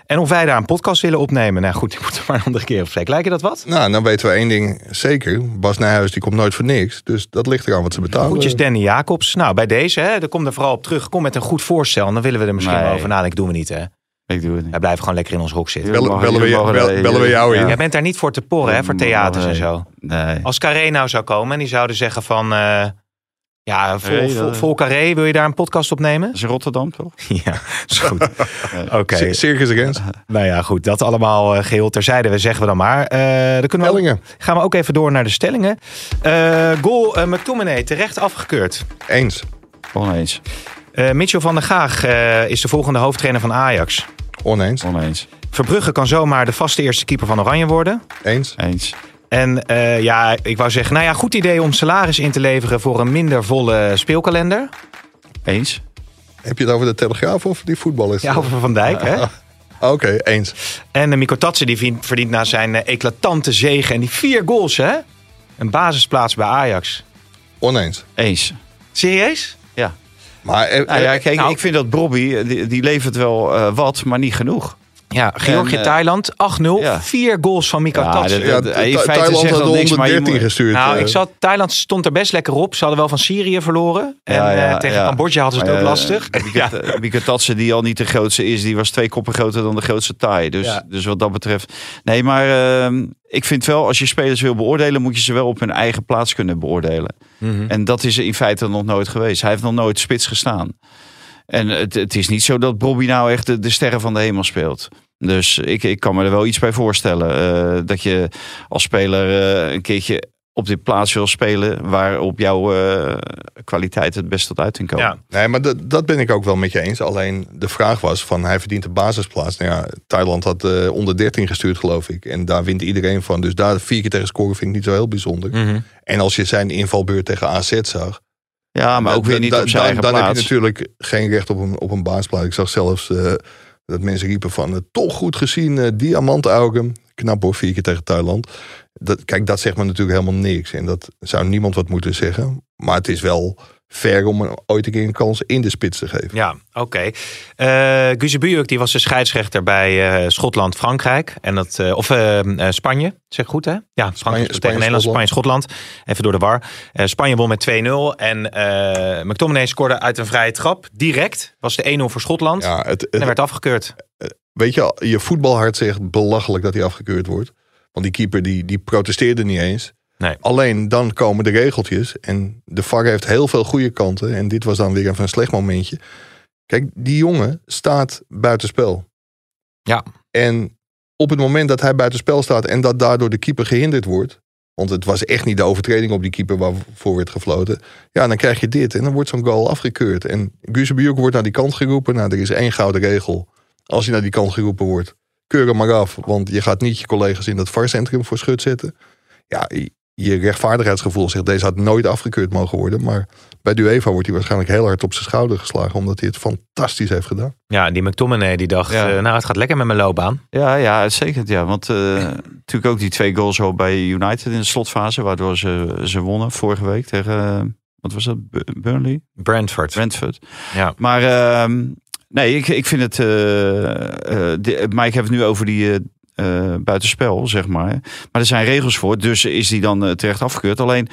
C: En of wij daar een podcast willen opnemen. Nou goed, die moeten we maar een andere keer op spreken. Lijkt je dat wat?
D: Nou, dan weten we één ding zeker. Bas Nijhuis die komt nooit voor niks. Dus dat ligt eraan wat ze betalen.
C: Goedjes Danny Jacobs. Nou, bij deze, hè, daar kom er vooral op terug. Kom met een goed voorstel. En dan willen we er misschien
E: Nee.
C: wel over nadenken. Doen we niet, hè?
E: Ik doe het niet.
C: Wij blijven gewoon lekker in ons hok zitten.
D: Bellen- bellen we
E: Jullie
D: jou-
E: mogen-
D: bel- bellen we jou in.
C: Jij bent daar niet voor te porren, hè, voor theaters en zo.
E: Nee.
C: Als Carré nou zou komen en die zouden zeggen van... eh, ja, vol,
E: Nee,
C: vol,
E: dat-
C: vol Carré, wil je daar een podcast opnemen?
E: Dat is Rotterdam, toch?
C: Ja, is goed. Oké,
D: Cir- Circus Against.
C: nou ja, goed. Dat allemaal eh, geheel terzijde, we zeggen we dan maar. Eh, dan kunnen we ook-
D: Hellingen,
C: gaan we ook even door naar de stellingen. Eh, goal eh McTominay, terecht afgekeurd.
D: eens.
E: Oneens.
C: Eh Mitchell van der Gaag eh, is de volgende hoofdtrainer van Ajax.
D: Oneens.
E: Oneens.
C: Verbrugge kan zomaar de vaste eerste keeper van Oranje worden.
D: Eens.
E: Eens.
C: En eh, ja, ik wou zeggen, nou ja, goed idee om salaris in te leveren voor een minder volle speelkalender.
E: Eens.
D: Heb je het over de Telegraaf of die voetballers?
C: Ja, over Van Dijk, hè?
D: Oké, eens.
C: En de Mikko Tatsen, die vind- verdient na zijn eh, eclatante zegen en die vier goals, hè? Een basisplaats bij Ajax.
D: Oneens.
E: Eens.
C: Serieus?
E: Ja.
D: Maar eh,
E: Nou ja,
D: eh,
E: kijk, ik vind dat Bobby, die, die levert wel eh, wat, maar niet genoeg.
C: Ja, Georgië,
E: En, eh,
C: Thailand, 8-0.
E: ja.
C: Vier goals van Mika
E: Ja,
C: Tatsen.
E: dat- dat-
D: Tha-
E: in feite
D: Thailand
E: zegt
D: had
E: dat
D: de
E: niks, maar je
D: 113
E: moet-
D: gestuurd.
C: Nou,
D: eh.
C: ik zat, Thailand stond er best lekker op. Ze hadden wel van Syrië verloren. En
E: Ja, ja,
C: eh, tegen
E: ja.
C: Cambodja hadden ze het
E: Maar,
C: ook
E: eh,
C: lastig.
E: Mieke Ta- Mieke Tatsen, die al niet de grootste is, die was twee koppen groter dan de grootste Thai. Dus,
C: Ja.
E: dus wat dat betreft. Nee, maar ehm, ik vind wel, als je spelers wil beoordelen, moet je ze wel op hun eigen plaats kunnen beoordelen.
C: Mhm.
E: En dat is er in feite nog nooit geweest. Hij heeft nog nooit spits gestaan. En het, het is niet zo dat Bobby nou echt de, de sterren van de hemel speelt. Dus ik, ik kan me er wel iets bij voorstellen. eh, dat je als speler eh, een keertje op dit plaats wil spelen waarop jouw eh, kwaliteit het best tot uiting komen.
C: Ja.
D: Nee, maar dat, dat ben ik ook wel met je eens. Alleen de vraag was van hij verdient de basisplaats. Nou ja, Thailand had eh onder 13 gestuurd geloof ik. En daar wint iedereen van. Dus daar vier keer tegen scoren vind ik niet zo heel bijzonder.
C: Mhm.
D: En als je zijn invalbeurt tegen AZ zag.
E: Ja, maar
D: dan-
E: ook weer niet
D: dan,
E: op zijn
D: dan,
E: eigen
D: dan
E: plaats.
D: heb je natuurlijk geen recht op een, op een basisplaats. Ik zag zelfs eh, dat mensen riepen van eh, toch goed gezien eh Diamant Augum. Knap hoor, vier keer tegen Thailand. Dat, kijk, dat zegt me natuurlijk helemaal niks. En dat zou niemand wat moeten zeggen. Maar het is wel fair om hem ooit een keer een kans in de spits te geven.
C: Ja, oké. Eh Guus Bujuk, die was de scheidsrechter bij eh, Schotland-Frankrijk. En dat, eh, of eh, eh, Spanje, zeg goed hè? Ja, Frankrijk
D: Spanje,
C: tegen Nederland,
D: Schotland.
C: Spanje-Schotland. Even door de war. Eh, Spanje won met 2-0. En eh McTominay scoorde uit een vrije trap. Direct was de 1-0 voor Schotland.
D: Ja, het,
C: En
D: het-
C: hij werd afgekeurd.
D: weet je, al, je voetbalhart zegt belachelijk dat hij afgekeurd wordt. Want die keeper die, die protesteerde niet eens.
C: Nee.
D: Alleen dan komen de regeltjes. En de VAR heeft heel veel goede kanten. En dit was dan weer even een slecht momentje. Kijk, die jongen staat buitenspel.
C: Ja.
D: En op het moment dat hij buitenspel staat en dat daardoor de keeper gehinderd wordt. Want het was echt niet de overtreding op die keeper waarvoor werd gefloten. Ja, dan krijg je dit. En dan wordt zo'n goal afgekeurd. En Guzebioek wordt naar die kant geroepen. Nou, er is één gouden regel. Als je naar die kant geroepen wordt, keur hem maar af. Want je gaat niet je collega's in dat varcentrum voor schut zetten. Ja, je rechtvaardigheidsgevoel zegt, deze had nooit afgekeurd mogen worden. Maar bij Dueva wordt hij waarschijnlijk heel hard op zijn schouder geslagen. Omdat hij het fantastisch heeft gedaan.
C: Ja, die McTominay die dacht,
E: Ja.
C: eh, nou het gaat lekker met mijn loopbaan.
E: Ja, ja, uitstekend. Ja. Want eh, natuurlijk ook die twee goals al bij United in de slotfase, waardoor ze, ze wonnen vorige week tegen, eh, wat was dat, Bu- Burnley?
C: Brentford.
E: Brentford.
C: Ja.
E: Maar ehm, nee, ik, ik vind het. eh, eh, de- Mike heeft het nu over die. eh, eh, buitenspel, zeg maar. Maar er zijn regels voor, dus is die dan eh, terecht afgekeurd. Alleen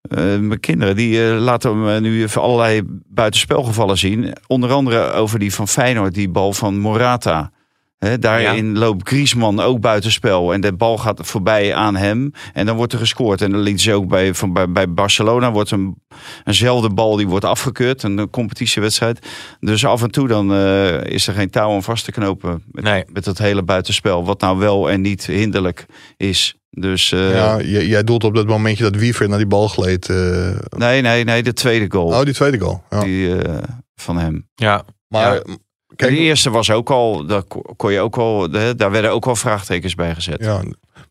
E: eh, mijn kinderen, die eh, laten hem eh, nu voor allerlei buitenspelgevallen zien. Onder andere over die van Feyenoord, die bal van Morata. Hè, daarin loopt Griezmann ook buitenspel. En de bal gaat voorbij aan hem. En dan wordt er gescoord. En dan liet ze ook bij, van, bij, bij Barcelona wordt een eenzelfde bal die wordt afgekeurd. Een competitiewedstrijd. Dus af en toe dan eh, is er geen touw aan vast te knopen. Met,
C: Nee.
E: met dat hele buitenspel. Wat nou wel en niet hinderlijk is. Dus eh,
D: ja, j- jij doelt op dat momentje dat Wiever naar die bal gleed. eh,
E: nee, nee, nee. De tweede goal
D: oh, die tweede goal. Ja.
E: die, eh, van hem.
C: Ja,
D: maar
C: ja.
D: m- kijk,
E: de eerste was ook al. Daar ko- kon je ook al. hè, daar werden ook al vraagtekens bij gezet.
D: ja,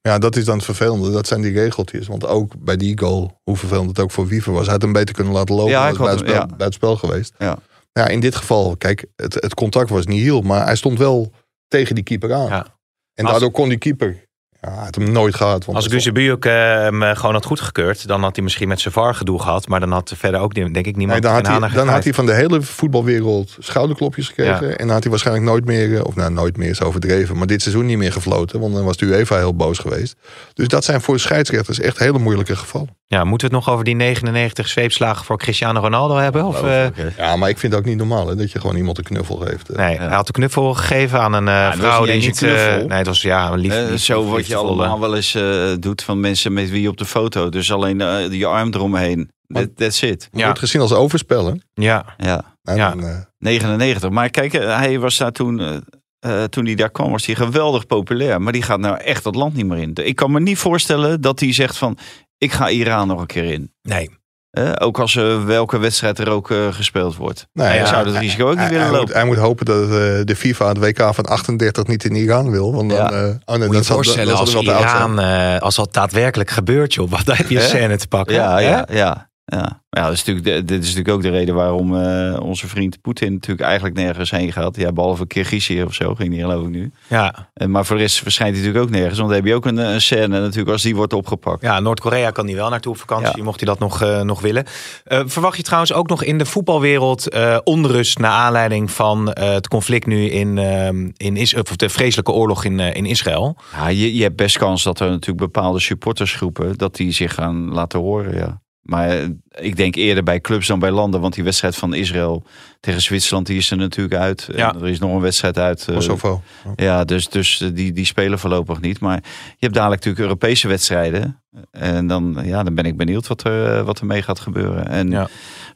D: ja, dat is dan het vervelende. Dat zijn die regeltjes. Want ook bij die goal, hoe vervelend het ook voor Wiever was. Hij had hem beter kunnen laten lopen.
E: Ja,
D: Ja,
E: ik
D: was
E: had hem-
D: buitenspel, buitenspel geweest.
E: Ja.
D: Ja, in dit geval, kijk, het, het contact was niet heel, maar hij stond wel tegen die keeper aan.
C: Ja.
D: En
C: Als-
D: daardoor kon die keeper. Ja, hij had hem nooit gehad. Want
C: als
D: dat-
C: Guus Bujuk hem eh, gewoon had goedgekeurd, dan had hij misschien met zijn VAR gedoe gehad. Maar dan had verder ook denk ik niemand
D: Nee, dan,
C: geen
D: had hij,
C: aandacht
D: dan had hij
C: gekregen.
D: van de hele voetbalwereld schouderklopjes gekregen. En dan had hij waarschijnlijk nooit meer, eh, of nou nooit meer is overdreven, maar dit seizoen niet meer gefloten. Want dan was de UEFA heel boos geweest. Dus dat zijn voor scheidsrechters echt hele moeilijke gevallen.
C: Ja, moeten we het nog over die 99 zweepslagen voor Cristiano Ronaldo hebben? Of, eh,
D: Ja, maar ik vind het ook niet normaal hè, dat je gewoon iemand een knuffel geeft. eh.
C: nee, hij had de knuffel gegeven aan een eh,
E: het was
C: vrouw
E: niet
C: die
E: eens een
C: niet... eh,
E: knuffel.
C: nee, het was ja, een lief,
E: Eh,
C: lief-
E: zo wat je
C: liefdevolle-
E: allemaal wel eens eh, doet van mensen met wie op de foto. Dus alleen eh, je arm eromheen. That, that's it.
C: Ja.
D: Wordt gezien als overspellen.
C: Ja,
E: Ja.
D: Nou,
C: Ja.
D: dan, eh,
E: 99. Maar kijk, eh, hij was daar toen. eh, eh, toen hij daar kwam, was hij geweldig populair. Maar die gaat nou echt dat land niet meer in. Ik kan me niet voorstellen dat hij zegt van. Ik ga Iran nog een keer in.
C: nee.
E: Eh, ook als eh, welke wedstrijd er ook eh, gespeeld wordt.
D: nou
E: hij
D: ja,
E: zou dat risico ook niet
D: hij,
E: willen
D: hij moet,
E: lopen.
D: hij moet hopen dat eh, de FIFA het WK van 38 niet in Iran wil. Want dan,
E: Ja.
D: eh, oh nee,
C: Moet je
D: dat
C: je
D: zal-
C: voorstellen
D: dat zal
C: als
D: wel te oud zijn.
C: Iran, eh, als dat daadwerkelijk gebeurt, joh. Wat dan heb je een
E: Hè?
C: scène te pakken?
E: Ja,
C: hè?
E: ja, ja. Ja, ja dat is natuurlijk de- dit is natuurlijk ook de reden waarom eh, onze vriend Poetin natuurlijk eigenlijk nergens heen gaat. Ja, behalve Kirgizië of zo ging die geloof ik nu.
C: Ja,
E: Eh, Maar voor de rest verschijnt hij natuurlijk ook nergens. Want dan heb je ook een, een scène natuurlijk als die wordt opgepakt.
C: ja Noord-Korea kan die wel naartoe op vakantie,
E: Ja.
C: mocht hij dat nog, eh, nog willen. Eh, verwacht je trouwens ook nog in de voetbalwereld eh, onrust naar aanleiding van eh, het conflict nu in, ehm, in Is of de vreselijke oorlog in, eh, in Israël?
E: Ja, Ah, je, je hebt best kans dat er natuurlijk bepaalde supportersgroepen dat die zich gaan laten horen. Ja. Maar eh, ik denk eerder bij clubs dan bij landen. Want die wedstrijd van Israël tegen Zwitserland die is er natuurlijk uit.
C: Ja.
E: En er is nog een wedstrijd uit. eh,
D: Kosovo.
E: Ja, dus, dus eh, die, die spelen voorlopig niet. Maar je hebt dadelijk natuurlijk Europese wedstrijden. En dan, ja, dan ben ik benieuwd wat er, eh, wat er mee gaat gebeuren. En
C: Ja.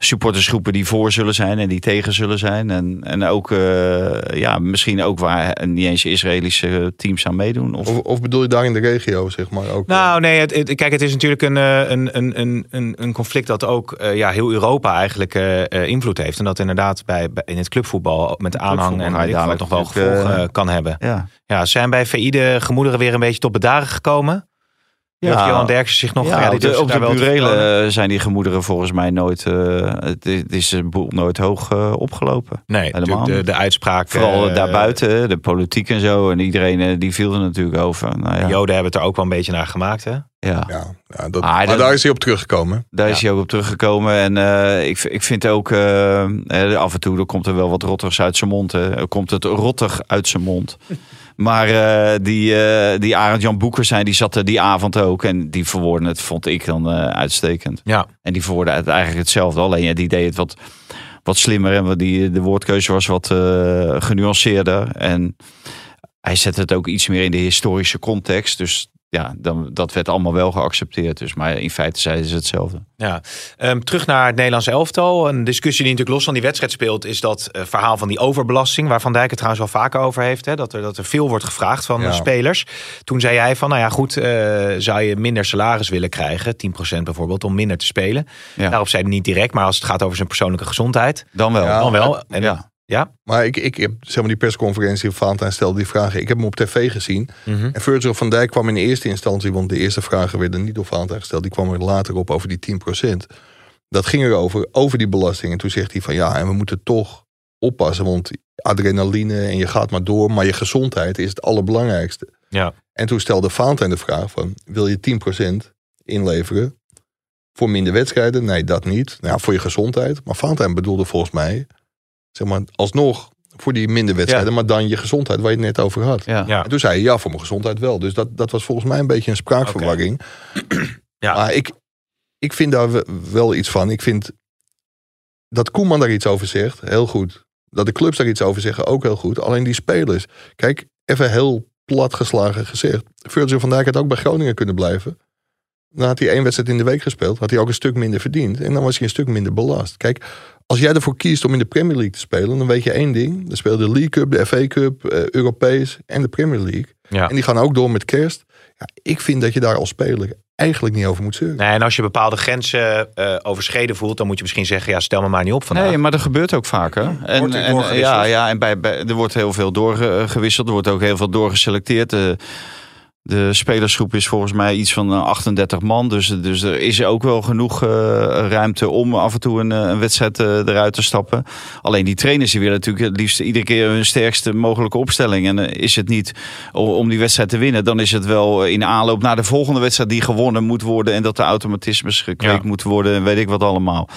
E: supportersgroepen die voor zullen zijn en die tegen zullen zijn. En, en ook, eh, ja, misschien ook waar eh, niet eens Israëlische teams aan meedoen. Of,
D: Of, of bedoel je daar in de regio, zeg maar? Ook,
C: Nou, nee, het, het- kijk, het is natuurlijk een, eh, een, een, een- een, een conflict dat ook eh, ja, heel Europa eigenlijk eh, eh, invloed heeft. En dat inderdaad bij, bij- in het clubvoetbal met aanhang en
E: clubvoetbal
C: weet ik
E: ga
C: wat
E: je
C: nog wel
E: dadelijk
C: gevolgen
E: natuurlijk,
C: eh, kan hebben.
E: ja.
C: Ja, zijn bij VI de gemoederen weer een beetje tot bedaren gekomen? Ja.
E: Ja.
C: Johan Derksen zich nog...
E: ja,
C: die
E: op de,
C: durft
E: op de
C: daar wel te vertonen.
E: burelen eh, zijn die gemoederen volgens mij nooit, eh, het, is- het is een boel nooit hoog eh, opgelopen.
C: Nee, natuurlijk de,
E: niet.
C: de uitspraak...
E: Vooral
C: eh,
E: daarbuiten, de politiek en zo. En iedereen eh, die viel er natuurlijk over. Nou
C: de
E: ja,
C: Joden hebben het er ook wel een beetje naar gemaakt, hè?
E: ja.
D: eh, Ja, ja, dat,
E: Ah,
D: maar
E: dat-
D: daar is hij op teruggekomen. hè?
E: Daar is hij ook op teruggekomen. En eh, ik, ik vind ook, eh, eh, af en toe er komt er wel wat rottigs uit zijn mond. Hè. Er komt het rottig uit zijn mond. Maar eh, die, eh, die Arend-Jan Boeker zijn, die zat er die avond ook. En die verwoordde het, vond ik dan eh, uitstekend.
C: Ja.
E: En die verwoordde het eigenlijk hetzelfde. Alleen ja, die deed het wat, wat slimmer. En wat die, de woordkeuze was wat eh, genuanceerder. En hij zette het ook iets meer in de historische context. Dus ja, dan, dat werd allemaal wel geaccepteerd. Dus, maar in feite zeiden ze hetzelfde.
C: Ja. Ehm, terug naar het Nederlands elftal. Een discussie die natuurlijk los van die wedstrijd speelt, is dat eh, verhaal van die overbelasting, waar Van Dijk het trouwens wel vaker over heeft. Hè, dat, er, dat er veel wordt gevraagd van
D: Ja.
C: eh, spelers. Toen zei jij van, nou ja, goed, eh, zou je minder salaris willen krijgen, 10% bijvoorbeeld, om minder te spelen.
E: Ja.
C: Daarop zei hij niet direct, maar als het gaat over zijn persoonlijke gezondheid,
E: Dan wel.
D: Ja.
C: dan wel. En,
E: Ja.
C: ja?
D: Maar ik, ik heb zeg maar, die persconferentie op Valentijn stelde die vragen. Ik heb hem op tv gezien.
C: Mhm.
D: En Virgil van Dijk kwam in eerste instantie, want de eerste vragen werden niet door Valentijn gesteld. Die kwam er later op over die 10%. Dat ging erover, over die belasting. En toen zegt hij van ja, en we moeten toch oppassen. Want adrenaline en je gaat maar door. Maar je gezondheid is het allerbelangrijkste.
C: Ja.
D: En toen stelde Valentijn de vraag van, wil je 10% inleveren? Voor minder wedstrijden? Nee, dat niet. Nou, voor je gezondheid. Maar Valentijn bedoelde volgens mij, zeg maar, alsnog voor die minder wedstrijden. Maar dan je gezondheid, waar je het net over had.
E: Ja.
C: Ja.
D: En toen zei hij, ja, voor mijn gezondheid wel. Dus dat, dat was volgens mij een beetje een spraakverwarring.
C: Ja.
D: Maar ik, ik vind daar we- wel iets van. Ik vind dat Koeman daar iets over zegt, heel goed. Dat de clubs daar iets over zeggen, ook heel goed. Alleen die spelers. Kijk, even heel plat geslagen gezegd. Virgil van Dijk had ook bij Groningen kunnen blijven. Dan had hij één wedstrijd in de week gespeeld. Had hij ook een stuk minder verdiend. En dan was hij een stuk minder belast. Kijk, als jij ervoor kiest om in de Premier League te spelen... dan weet je één ding. Dan speel je de League Cup, de FA Cup, eh, Europees en de Premier League.
C: Ja.
D: En die gaan ook door met kerst. Ja, ik vind dat je daar als speler eigenlijk niet over moet zeuren.
C: Nee, en als je bepaalde grenzen eh, overschreden voelt, dan moet je misschien zeggen, ja, stel me maar niet op vandaag.
E: Nee, maar dat gebeurt ook vaker. En,
C: Wordt er
E: en,
C: doorgewisseld?
E: ja, ja, en bij, bij, er wordt heel veel doorgewisseld. Er wordt ook heel veel doorgeselecteerd. De, de spelersgroep is volgens mij iets van eh, 38 man. Dus, dus er is ook wel genoeg eh, ruimte om af en toe een, eh, een wedstrijd eh, eruit te stappen. Alleen die trainers die willen natuurlijk het liefst iedere keer hun sterkste mogelijke opstelling. En eh, is het niet o- om die wedstrijd te winnen, dan is het wel eh, in aanloop naar de volgende wedstrijd die gewonnen moet worden. En dat de automatismes gekweekt
C: Ja.
E: moeten worden en weet ik wat allemaal.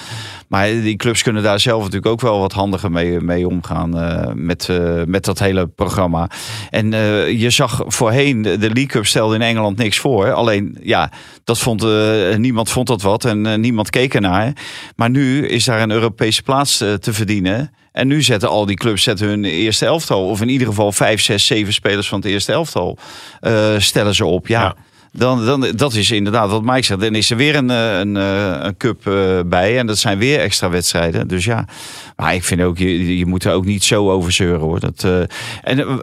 E: Maar die clubs kunnen daar zelf natuurlijk ook wel wat handiger mee, mee omgaan eh, met, eh, met dat hele programma. En eh, je zag voorheen, de de League Cup stelde in Engeland niks voor. Alleen, ja, dat vond, eh, niemand vond dat wat en eh, niemand keek ernaar. Maar nu is daar een Europese plaats eh, te verdienen. En nu zetten al die clubs zetten hun eerste elftal. Of in ieder geval vijf, zes, zeven spelers van het eerste elftal eh, stellen ze op.
C: Ja.
E: ja. Dan, dan, dat is inderdaad wat Mike zegt. Dan is er weer een, eh, een, eh, een cup eh, bij. En dat zijn weer extra wedstrijden. Dus ja, maar ik vind ook, je, je moet er ook niet zo over zeuren hoor. Dat, eh, en eh,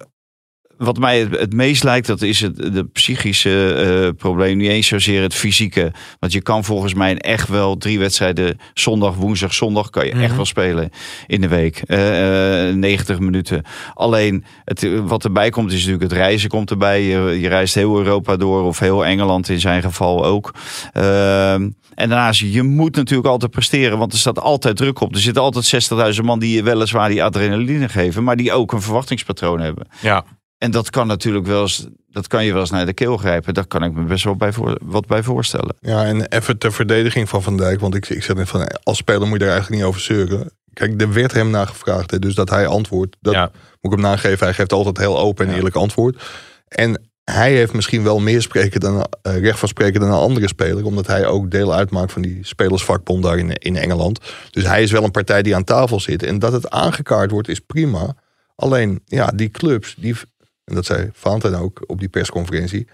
E: wat mij het, het meest lijkt, dat is het de psychische eh, probleem. Niet eens zozeer het fysieke. Want je kan volgens mij echt wel drie wedstrijden zondag, woensdag, zondag kan je echt wel spelen in de week. Eh, eh, 90 minuten. Alleen het, eh, wat erbij komt is natuurlijk het reizen komt erbij. Je, je reist heel Europa door of heel Engeland in zijn geval ook. Ehm, en daarnaast, je moet natuurlijk altijd presteren, want er staat altijd druk op. Er zitten altijd 60.000 man die je weliswaar die adrenaline geven, maar die ook een verwachtingspatroon hebben.
C: Ja.
E: En dat kan natuurlijk wel eens, dat kan je wel eens naar de keel grijpen. Daar kan ik me best wel bij voor, wat bij voorstellen.
D: Ja, en even ter verdediging van Van Dijk. Want ik, ik zeg net van, eh, als speler moet je daar eigenlijk niet over zeuren. Kijk, er werd hem naar gevraagd. Hè, dus dat hij antwoordt, dat
C: Ja.
D: moet ik hem nageven. Hij geeft altijd heel open en eerlijk antwoord. En hij heeft misschien wel meer spreken dan, eh, recht van spreken dan een andere speler. Omdat hij ook deel uitmaakt van die spelersvakbond daar in, in Engeland. Dus hij is wel een partij die aan tafel zit. En dat het aangekaart wordt is prima. Alleen, ja, die clubs, die, en dat zei Valentijn ook op die persconferentie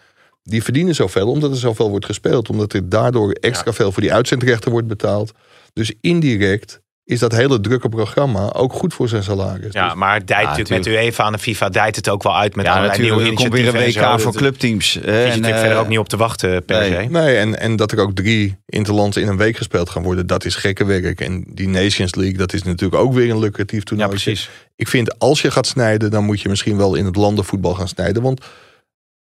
D: die verdienen zoveel omdat er zoveel wordt gespeeld. Omdat er daardoor extra veel voor die uitzendrechten wordt betaald. Dus indirect is dat hele drukke programma ook goed voor zijn salaris.
C: Ja, maar dijt natuurlijk met UEFA en de FIFA dijt het ook wel uit met
E: Ja,
C: allerlei
E: natuurlijk.
C: nieuwe
E: Er komt weer
C: initiatieven. en
E: een
C: zo.
E: WK voor
C: Dat-
E: clubteams. hè,
C: daar zit
E: en,
C: ik
E: eh,
C: verder ook niet op te wachten per
E: nee.
C: se.
D: Nee, en, en dat er ook drie interlands in een week gespeeld gaan worden, dat is gekke werk. En die Nations League, dat is natuurlijk ook weer een lucratief
C: Ja,
D: toernooi.
C: precies.
D: Ik vind als je gaat snijden, dan moet je misschien wel in het landenvoetbal gaan snijden. Want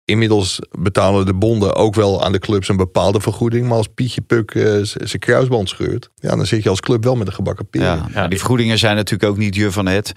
D: inmiddels betalen de bonden ook wel aan de clubs een bepaalde vergoeding. Maar als Pietje Puk eh, z- zijn kruisband scheurt, ja, dan zit je als club wel met een gebakken peer.
E: Ja, maar die vergoedingen zijn natuurlijk ook niet duur van het.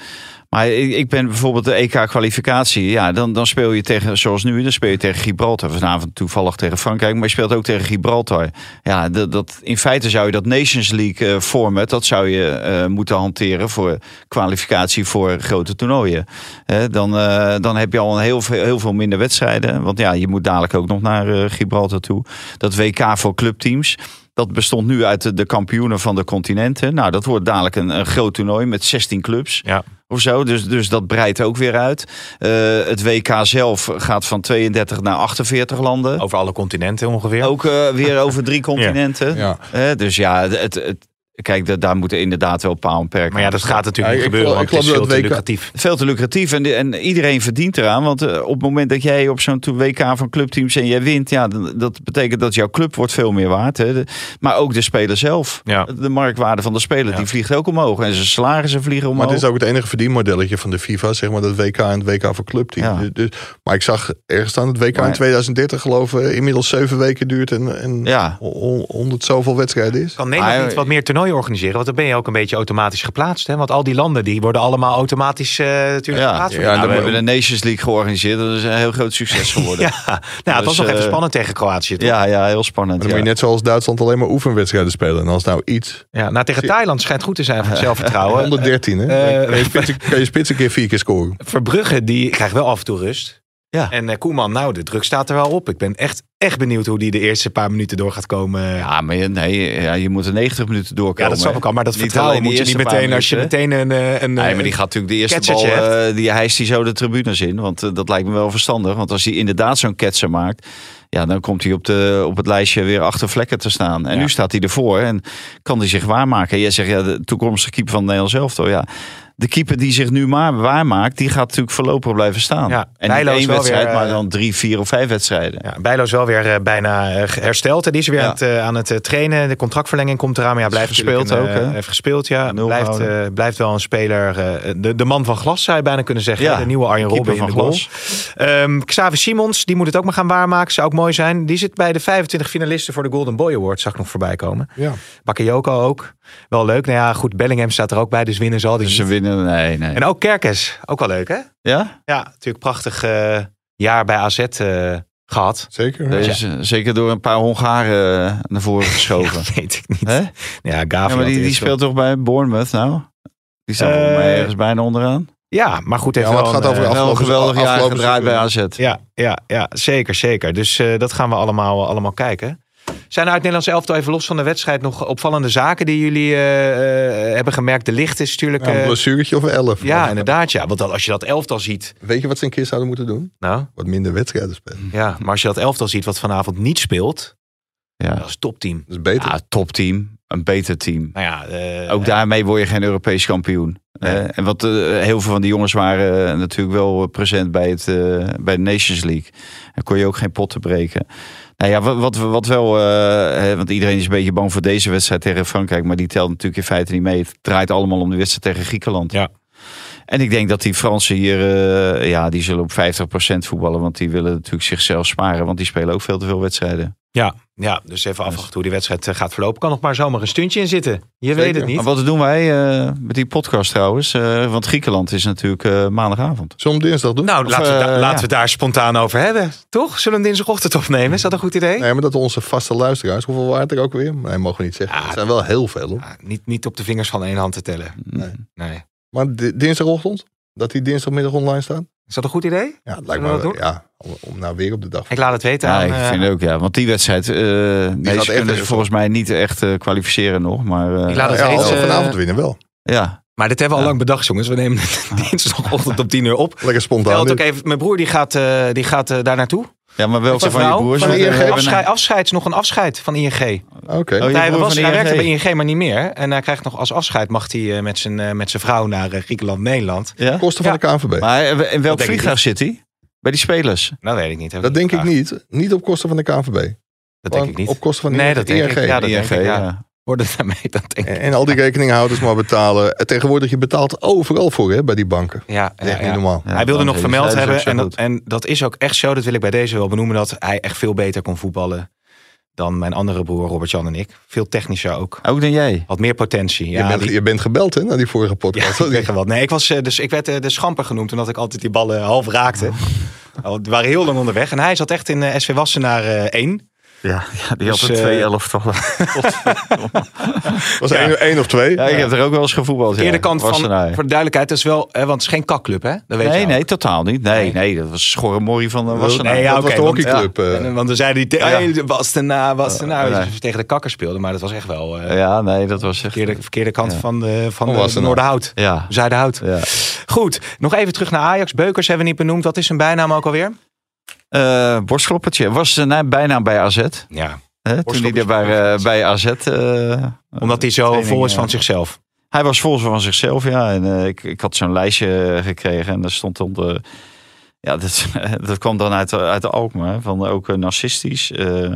E: Maar ik, ik ben bijvoorbeeld de EK-kwalificatie. Ja, dan, dan speel je tegen, zoals nu, dan speel je tegen Gibraltar. Vanavond toevallig tegen Frankrijk, maar je speelt ook tegen Gibraltar. Ja, dat, dat, in feite zou je dat Nations League eh, format, dat zou je eh, moeten hanteren voor kwalificatie voor grote toernooien. Hè, dan, eh, dan heb je al een heel, veel- heel veel minder wedstrijden. Want ja, je moet dadelijk ook nog naar eh, Gibraltar toe. Dat WK voor clubteams. Dat bestond nu uit de, de kampioenen van de continenten. Nou, dat wordt dadelijk een, een groot toernooi met 16 clubs
C: Ja.
E: of zo. Dus, dus dat breidt ook weer uit. Eh, het WK zelf gaat van 32 naar 48 landen.
C: Over alle continenten ongeveer.
E: Ook eh, weer over drie continenten.
D: Ja.
E: Eh, dus ja, het, het, kijk, da- daar moeten inderdaad wel paal en perk
C: Maar ja,
E: aan.
C: dat gaat natuurlijk
D: Ja,
C: niet
D: ik
C: gebeuren, want
D: geloof- ik
C: het is
D: geloof
C: veel
D: dat
C: te
D: WK
C: lucratief.
E: Veel te lucratief en, en iedereen verdient eraan. Want eh, op het moment dat jij op zo'n to- WK van clubteams en jij wint, ja, dan- dat betekent dat jouw club wordt veel meer waard. Hè. De- maar ook de speler zelf.
C: Ja.
E: De marktwaarde van de speler,
C: Ja.
E: die vliegt ook omhoog. En zijn salarissen vliegen omhoog.
D: Maar het is ook het enige verdienmodelletje van de FIFA, zeg maar, dat WK en het WK voor clubteam.
E: Ja.
D: Dus, dus- maar ik zag ergens staan, het WK
E: Maar-
D: in 2030 geloof ik, inmiddels zeven weken duurt en, en
E: Ja.
D: hon- honderd zoveel wedstrijden is.
C: Kan Nederland
E: Ah,
C: niet wat meer toernooien organiseren? Want dan ben je ook een beetje automatisch geplaatst. Hè? Want al die landen die worden allemaal automatisch eh, natuurlijk
E: Ja,
C: geplaatst.
E: ja,
C: worden.
E: we
C: Nou,
E: hebben de Nations League georganiseerd. Dat is een heel groot succes geworden. ja.
C: ja, nou, het was
E: Dus,
C: nog even
E: eh,
C: spannend tegen Kroatië. toch?
E: ja, heel spannend.
D: Dan
E: ja.
D: moet je net zoals Duitsland alleen maar oefenwedstrijden spelen. En als nou iets,
C: Ja, nou, tegen Thailand schijnt goed te zijn voor het zelfvertrouwen.
D: 113 hè,
C: Nou, Eh,
D: kan, je spitsen, kan je spits een keer vier keer scoren.
C: Verbrugge, die krijgt wel af en toe rust.
E: Ja.
C: En eh, Koeman, nou, de druk staat er wel op. Ik ben echt, echt benieuwd hoe die de eerste paar minuten door gaat komen. eh, Ja,
E: Ja, maar je, nee, ja, je moet er 90 minuten doorkomen.
C: dat snap
E: hè.
C: ik al. Maar dat
E: Niet
C: vertrouwen
E: alleen die
C: moet je niet
E: eerste paar
C: meteen, als je
E: minuten.
C: meteen een... eh, een
E: Nee, maar die gaat natuurlijk de eerste bal,
C: Ketsertje
E: eh, die hijst hij zo de tribunes in. Want eh, dat lijkt me wel verstandig. Want als hij inderdaad zo'n ketser maakt, ja, dan komt hij op, de, op het lijstje weer achter vlekken te staan. En nu staat hij ervoor en kan hij zich waarmaken. Jij zegt, ja, de toekomstige keeper van Nederland zelf toch, ja. De keeper die zich nu maar waarmaakt, die gaat natuurlijk voorlopig blijven staan.
C: Ja,
E: en niet
C: Bijlo is
E: één
C: wel
E: wedstrijd,
C: weer, eh,
E: maar dan drie, vier of vijf wedstrijden.
C: Ja, Bijlo is wel weer eh, bijna eh, hersteld. En die is weer
E: Ja.
C: aan het, eh, aan het eh, trainen. De contractverlenging komt eraan. Maar ja, blijft
E: gespeeld
C: natuurlijk een,
E: ook,
C: eh,
E: hè?
C: Heeft gespeeld, ja.
E: Nul
C: Blijft,
E: houden.
C: eh, blijft wel een speler. eh, de, de man van glas zou je bijna kunnen zeggen.
E: Ja,
C: hè? de nieuwe Arjen
E: keeper
C: Robben in
E: van
C: de goal.
E: glas.
C: Ehm Xavi Simons, die moet het ook maar gaan waarmaken. Zou ook mooi zijn. Die zit bij de 25 finalisten voor de Golden Boy Award. Zag ik nog voorbij komen.
D: Ja.
C: Bakayoko ook. Wel leuk. Nou ja, goed. Bellingham staat er ook bij. Dus winnen zal die
E: Dus ze
C: niet.
E: winnen, nee, nee.
C: En ook Kerkes. Ook wel leuk, hè?
E: Ja?
C: Ja, natuurlijk prachtig eh, jaar bij AZ eh, gehad.
D: Zeker.
E: Dat is eh, zeker door een paar Hongaren eh, naar voren geschoven.
C: Dat weet ik niet.
E: Hè?
C: Ja,
E: Ja,
C: Gavi
E: maar die, die speelt toch bij Bournemouth nou? Die staat
C: Eh,
E: volgens mij ergens bijna onderaan.
C: Ja, maar goed, heeft
D: Ja, maar
C: wel
D: het gaat
C: een,
D: over
C: eh,
D: de
E: Wel een
D: afgelopen-
E: geweldig jaar
D: afgelopen
E: gedraaid bij AZ.
C: ja, ja, ja, zeker, zeker. Dus eh, dat gaan we allemaal, allemaal kijken. Zijn er uit Nederlands elftal, even los van de wedstrijd, nog opvallende zaken die jullie eh, eh, hebben gemerkt? De licht is natuurlijk...
D: Ja, een
C: eh,
D: blessuretje of elf.
C: ja, inderdaad, ja. Want dan- als je dat elftal ziet...
D: Weet je wat ze een keer zouden moeten doen?
C: Nou,
D: Wat minder wedstrijden spelen.
C: ja, maar als je dat elftal ziet wat vanavond niet speelt,
E: Ja,
C: dat is topteam.
D: Dat is beter.
E: ja topteam. Een beter team.
C: Nou ja, eh,
E: Ook daarmee word je geen Europees kampioen. Eh, en wat eh, heel veel van die jongens waren eh, natuurlijk wel eh, present bij, het, eh, bij de Nations League. En kon je ook geen potten breken. Nou ja, wat, wat, wat wel, eh, hè, want iedereen is een beetje bang voor deze wedstrijd tegen Frankrijk, maar die telt natuurlijk in feite niet mee. Het draait allemaal om de wedstrijd tegen Griekenland.
C: Ja.
E: En ik denk dat die Fransen hier, eh, ja, die zullen op 50% voetballen, want die willen natuurlijk zichzelf sparen, want die spelen ook veel te veel wedstrijden.
C: Ja, ja, dus even afwachten hoe die wedstrijd eh, gaat verlopen. Kan nog maar zomaar een stuntje in zitten. Je weet het niet.
E: Maar wat doen wij eh, met die podcast trouwens? Eh, want Griekenland is natuurlijk eh, maandagavond.
D: Zullen we hem dinsdag doen?
C: Nou,
E: Of,
C: laten, we, da-
E: eh,
C: laten
E: ja.
C: we daar spontaan over hebben. Toch? Zullen we hem dinsdagochtend opnemen? Is dat een goed idee?
D: Nee, maar dat onze vaste luisteraars, hoeveel waren het er ook weer? Nee, mogen we niet zeggen.
C: Ja,
D: Het zijn wel heel veel. hoor.
C: Ah, niet, niet op de vingers van één hand te tellen.
E: Nee.
C: Nee.
D: Maar di- dinsdagochtend? Dat die dinsdagmiddag online staat?
C: Is dat een goed idee?
D: Ja, het
C: Zullen
D: lijkt
C: we
D: me
C: dat doen?
D: Ja, om, om nou weer op de dag.
C: Ik laat het weten
E: Ja,
C: aan...
E: ik
C: eh,
E: vind het ook, ja. Want die wedstrijd, eh nee,
D: gaat
E: ze
D: echt
E: kunnen ze
D: even.
E: volgens mij niet echt eh, kwalificeren nog. Maar eh,
C: Ik laat het
D: Ja,
C: weten.
D: als we
C: eh,
D: vanavond winnen wel.
E: ja,
C: Maar dit hebben we al
E: Ja.
C: lang bedacht, jongens. We nemen het dinsdagochtend om tien uur op.
D: Lekker
C: Tel
D: spontaan.
C: het ook
D: nu.
C: even. Mijn broer die gaat, eh, die gaat eh, daar naartoe.
E: ja, maar welke
C: Wat
E: van je
C: nou?
E: broers?
D: Van
E: Want we
D: ING?
E: hebben een-
C: Afscheid, afscheid, nog een afscheid van ING.
D: Ah, Oké.
E: Oh, je
C: hij,
E: broer
C: was,
E: van
C: hij
E: ING.
C: werkte bij ING, maar niet meer. En hij krijgt nog als afscheid mag hij eh, met zijn, eh, met zijn vrouw naar eh, Griekenland, Nederland.
E: nou? Ja?
D: Kosten van de KNVB.
E: Maar hij- in welk
C: denk ik
E: vliegtuig zit hij? Bij die spelers?
C: Dat Nou, weet ik niet. heb
D: dat denk ik
C: gevraagd.
D: niet. Niet op kosten van de KNVB.
C: Dat denk ik
D: Want
C: niet.
D: Op kosten van de
C: Nee, dat denk ik.
D: ING.
C: Ja, dat
E: ING,
C: denk ik, ja.
E: ja.
C: Hoorde daarmee, dat denk ik.
D: En, en al die rekeninghouders maar betalen. Eh, Tegenwoordig, je betaalt overal voor hè, bij die banken.
C: Ja,
D: Dat is
C: ja,
D: echt
C: ja.
D: niet normaal.
E: Ja,
C: hij wilde
E: dat
C: nog
E: is-
C: vermeld
E: dat is ook
C: hebben,
E: zo
C: en dat,
E: goed.
C: en dat is ook echt zo, dat wil ik bij deze wel benoemen, dat hij echt veel beter kon voetballen dan mijn andere broer Robert-Jan en ik. Veel technischer ook.
E: Ook dan jij.
C: Had meer potentie. Ja,
D: je, bent,
C: die-
D: je bent gebeld hè, naar die vorige
C: Ja,
D: podcast.
C: ik kreeg er wat. Nee, ik, was, eh, dus, ik werd eh, de schamper genoemd omdat ik altijd die ballen eh, half raakte. Oh, We waren heel lang onderweg. En hij zat echt in eh, SV Wassenaar eh 1.
E: Ja, die
C: had er twee
E: elftallen.
D: was
C: Ja.
D: één, één of twee.
E: Ja, ik heb er ook wel eens gevoetbald. ja.
C: Eerderkant van,
E: Wassenaar.
C: voor de duidelijkheid, dat is wel, eh, want het is geen kakclub, hè? Dat weet je
E: Nee,
C: wel.
E: nee, totaal niet. Nee, nee, dat was Schorremorrie van eh, Wassenaar.
C: Nee, ja,
D: dat
C: oké,
D: was de
C: want-
D: hockeyclub. eh.
C: En, want we zeiden die, te-
E: Ja.
C: hey, Wassenaar, Wassenaar.
E: Oh,
C: weet je,
E: nee.
C: ze tegen de kakker speelden, maar dat was echt wel eh
E: Ja, nee, dat was echt...
C: verkeerde, verkeerde kant
E: Ja.
C: van, de, van
D: Van
C: de,
D: Wassenaar.
C: Noorderhout.
E: Ja,
C: Zuiderhout.
E: ja.
C: Goed, nog even terug naar Ajax. Beukers hebben we niet benoemd. Wat is zijn bijnaam ook alweer?
E: Eh, borstkloppertje. Was zijn bijnaam bij AZ.
C: Ja,
E: Hè, toen hij
C: Borstkloppertje.
E: er bij, eh, bij AZ... eh,
C: omdat hij zo
E: Training,
C: vol is
E: ja.
C: van zichzelf.
E: hij was vol van zichzelf, ja. En eh, ik, ik had zo'n lijstje eh, gekregen en daar stond onder... Ja, dat, dat kwam dan uit, uit de Alkmaar. Van ook eh, narcistisch. eh,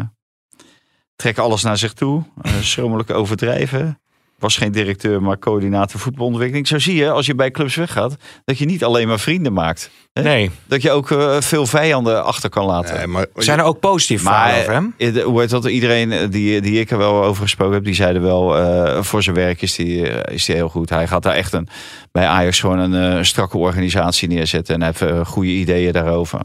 E: trek alles naar zich toe. eh, schromelijk overdrijven. Was geen directeur, maar coördinator voetbalontwikkeling. Zo zie je, als je bij clubs weggaat, dat je niet alleen maar vrienden maakt. Hè?
C: Nee.
E: Dat je ook eh, veel vijanden achter kan laten.
D: Nee, maar,
C: Zijn er ook positieve
E: Maar-
C: verhalen over hem?
E: Eh, de- Hoe heet dat? Iedereen die, die ik er wel over gesproken heb, die zeiden wel, eh, voor zijn werk is die, eh, is die heel goed. Hij gaat daar echt een, bij Ajax gewoon een eh, strakke organisatie neerzetten en hij heeft eh, goede ideeën daarover.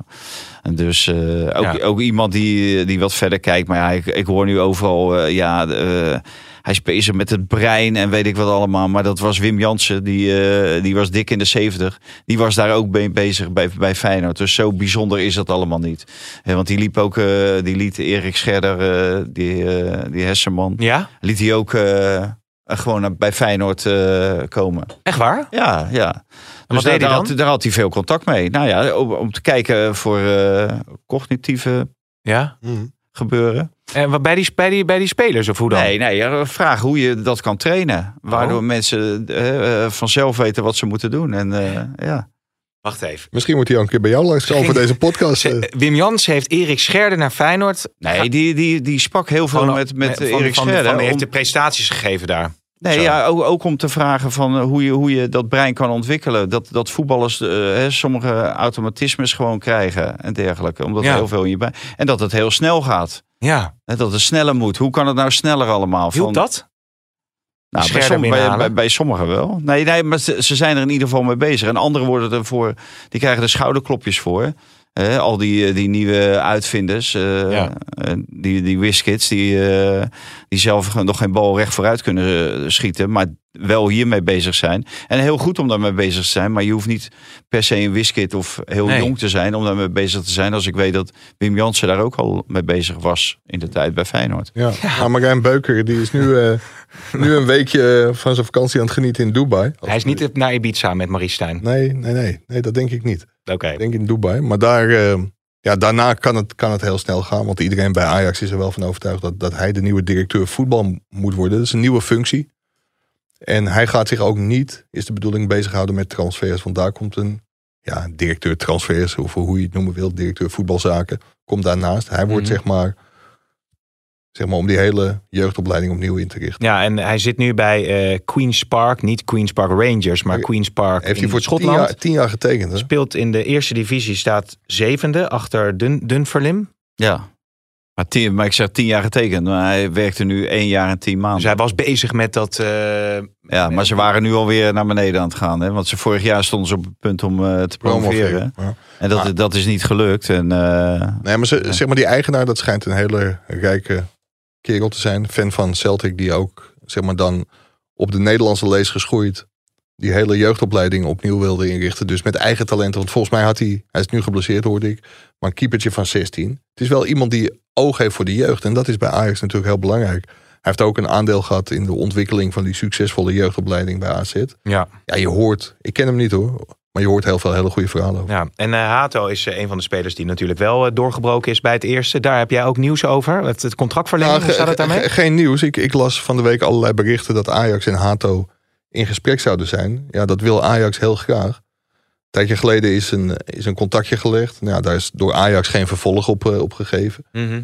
E: En dus eh, ook,
C: Ja.
E: ook iemand die, die wat verder kijkt. Maar ja, ik, ik hoor nu overal, eh, ja, eh, hij is bezig met het brein en weet ik wat allemaal. Maar dat was Wim Jansen, die, eh, die was dik in de 70. Die was daar ook mee bezig bij, bij Feyenoord. Dus zo bijzonder is dat allemaal niet. Hè, want die liep ook, eh, die liet Erik Scherder, eh, die, eh, die Hessenman,
C: Ja,
E: liet hij ook eh, gewoon naar- bij Feyenoord eh, komen.
C: echt waar?
E: Ja, ja.
C: wat
E: Dus
C: deed
E: daar,
C: hij
E: daar
C: dan?
E: had, daar had hij veel contact mee. Nou ja, om, om te kijken voor eh, cognitieve
C: Ja.
D: Mhm.
E: gebeuren.
C: En wat bij die, bij, die, bij die spelers of hoe dan?
E: Nee, nee, ja, vraag hoe je dat kan trainen. Waardoor
C: Oh.
E: mensen eh, eh, vanzelf weten wat ze moeten doen. En eh, ja.
C: Wacht even.
D: Misschien moet hij al een keer bij jou langs komen voor deze podcast. eh.
C: Ze- Wim Jans heeft Erik Scherder naar Feyenoord.
E: Nee, die, die, die sprak heel veel
C: Gewoon-
E: met, met
D: eh,
C: van-
E: Erik
C: van-
E: Scherder.
C: van- Hij
E: om-
C: heeft de prestaties gegeven daar.
E: Nee,
C: Zo.
E: ja, ook, ook om te vragen van eh, hoe je, hoe je dat brein kan ontwikkelen. Dat, dat voetballers eh, hè, sommige automatismes gewoon krijgen en dergelijke. Omdat
C: Ja.
E: er heel veel in je brein... En dat het heel snel gaat.
C: Ja.
E: Hè, Dat het sneller moet. Hoe kan het nou sneller allemaal?
C: Hielp dat?
E: Nou, bij,
C: Scherder
E: som- bij,
C: binnenhalen?
E: bij, bij sommigen wel. Nee, nee maar ze, ze zijn er in ieder geval mee bezig. En anderen worden ervoor, die krijgen er schouderklopjes voor. Hè, al die, eh, die nieuwe uitvinders, eh,
C: Ja.
E: eh, die, die wiskits, die, eh, die zelf ge- nog geen bal recht vooruit kunnen eh, schieten, maar wel hiermee bezig zijn. En heel goed om daarmee bezig te zijn, maar je hoeft niet per se een wiskit of heel
C: Nee.
E: jong te zijn om daarmee bezig te zijn. Als ik weet dat Wim Jansen daar ook al mee bezig was in de tijd bij Feyenoord.
D: Ja. Nou, Marijn Beuker die is nu, eh, nu een weekje eh, van zijn vakantie aan het genieten in Dubai.
C: Hij is niet op- naar Ibiza met Marie Stijn.
D: Nee, nee, nee, nee, dat denk ik niet.
C: Oké.
D: Ik denk in Dubai. Maar daar, eh, ja, daarna kan het, kan het heel snel gaan. Want iedereen bij Ajax is er wel van overtuigd dat, dat hij de nieuwe directeur voetbal moet worden. Dat is een nieuwe functie. En hij gaat zich ook niet, is de bedoeling, bezighouden met transfers. Want daar komt een ja, directeur transfers, of hoe je het noemen wil, directeur voetbalzaken, komt daarnaast. Hij wordt
C: Mhm.
D: zeg, maar, zeg maar om die hele jeugdopleiding opnieuw in te richten.
C: Ja, en hij zit nu bij eh Queen's Park. Niet Queen's Park Rangers, maar
D: Heeft
C: Queen's Park
D: Heeft
C: in
D: hij voor tien
C: Schotland.
D: jaar, tien jaar getekend, hè?
C: Speelt in de eerste divisie, staat zevende achter Dun Dunferlim.
E: Ja. Maar, tien, maar ik zeg tien jaar getekend. Maar hij werkte nu één jaar en tien maanden.
C: Dus hij was bezig met dat... eh,
E: ja, maar ze waren nu alweer naar beneden aan het gaan. Hè? Want ze vorig jaar stonden ze op het punt om eh, te promoveren.
D: Ja.
E: En dat, dat is niet gelukt. En, eh,
D: Nee, maar, ze- zeg maar die eigenaar, dat schijnt een hele rijke kerel te zijn. Fan van Celtic, die ook zeg maar dan op de Nederlandse lees geschoeid. Die hele jeugdopleiding opnieuw wilde inrichten. Dus met eigen talenten. Want volgens mij had hij, hij is nu geblesseerd hoorde ik, maar een keepertje van 16. Het is wel iemand die oog heeft voor de jeugd. En dat is bij Ajax natuurlijk heel belangrijk. Hij heeft ook een aandeel gehad in de ontwikkeling van die succesvolle jeugdopleiding bij AZ.
C: ja.
D: Ja, je hoort, ik ken hem niet hoor, maar je hoort heel veel hele goede verhalen over.
C: ja, en eh, Hato is eh, een van de spelers die natuurlijk wel eh, doorgebroken is bij het eerste. Daar heb jij ook nieuws over. Het, het contractverlenging,
D: Nou,
C: hoe staat het
D: ge- ge-
C: daarmee?
D: ge- geen nieuws. Ik, ik las van de week allerlei berichten dat Ajax en Hato in gesprek zouden zijn. Ja, dat wil Ajax heel graag. Een tijdje geleden is een, is een contactje gelegd. Nou, ja, daar is door Ajax geen vervolg op, eh, op gegeven.
C: Mhm.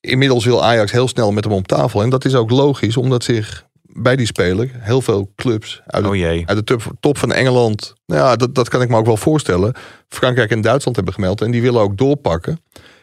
D: Inmiddels wil Ajax heel snel met hem om tafel. En dat is ook logisch, omdat zich bij die speler heel veel clubs uit het
C: Oh jee.
D: uit de top, top van Engeland. Nou ja, dat, dat kan ik me ook wel voorstellen. Frankrijk en Duitsland hebben gemeld en die willen ook doorpakken.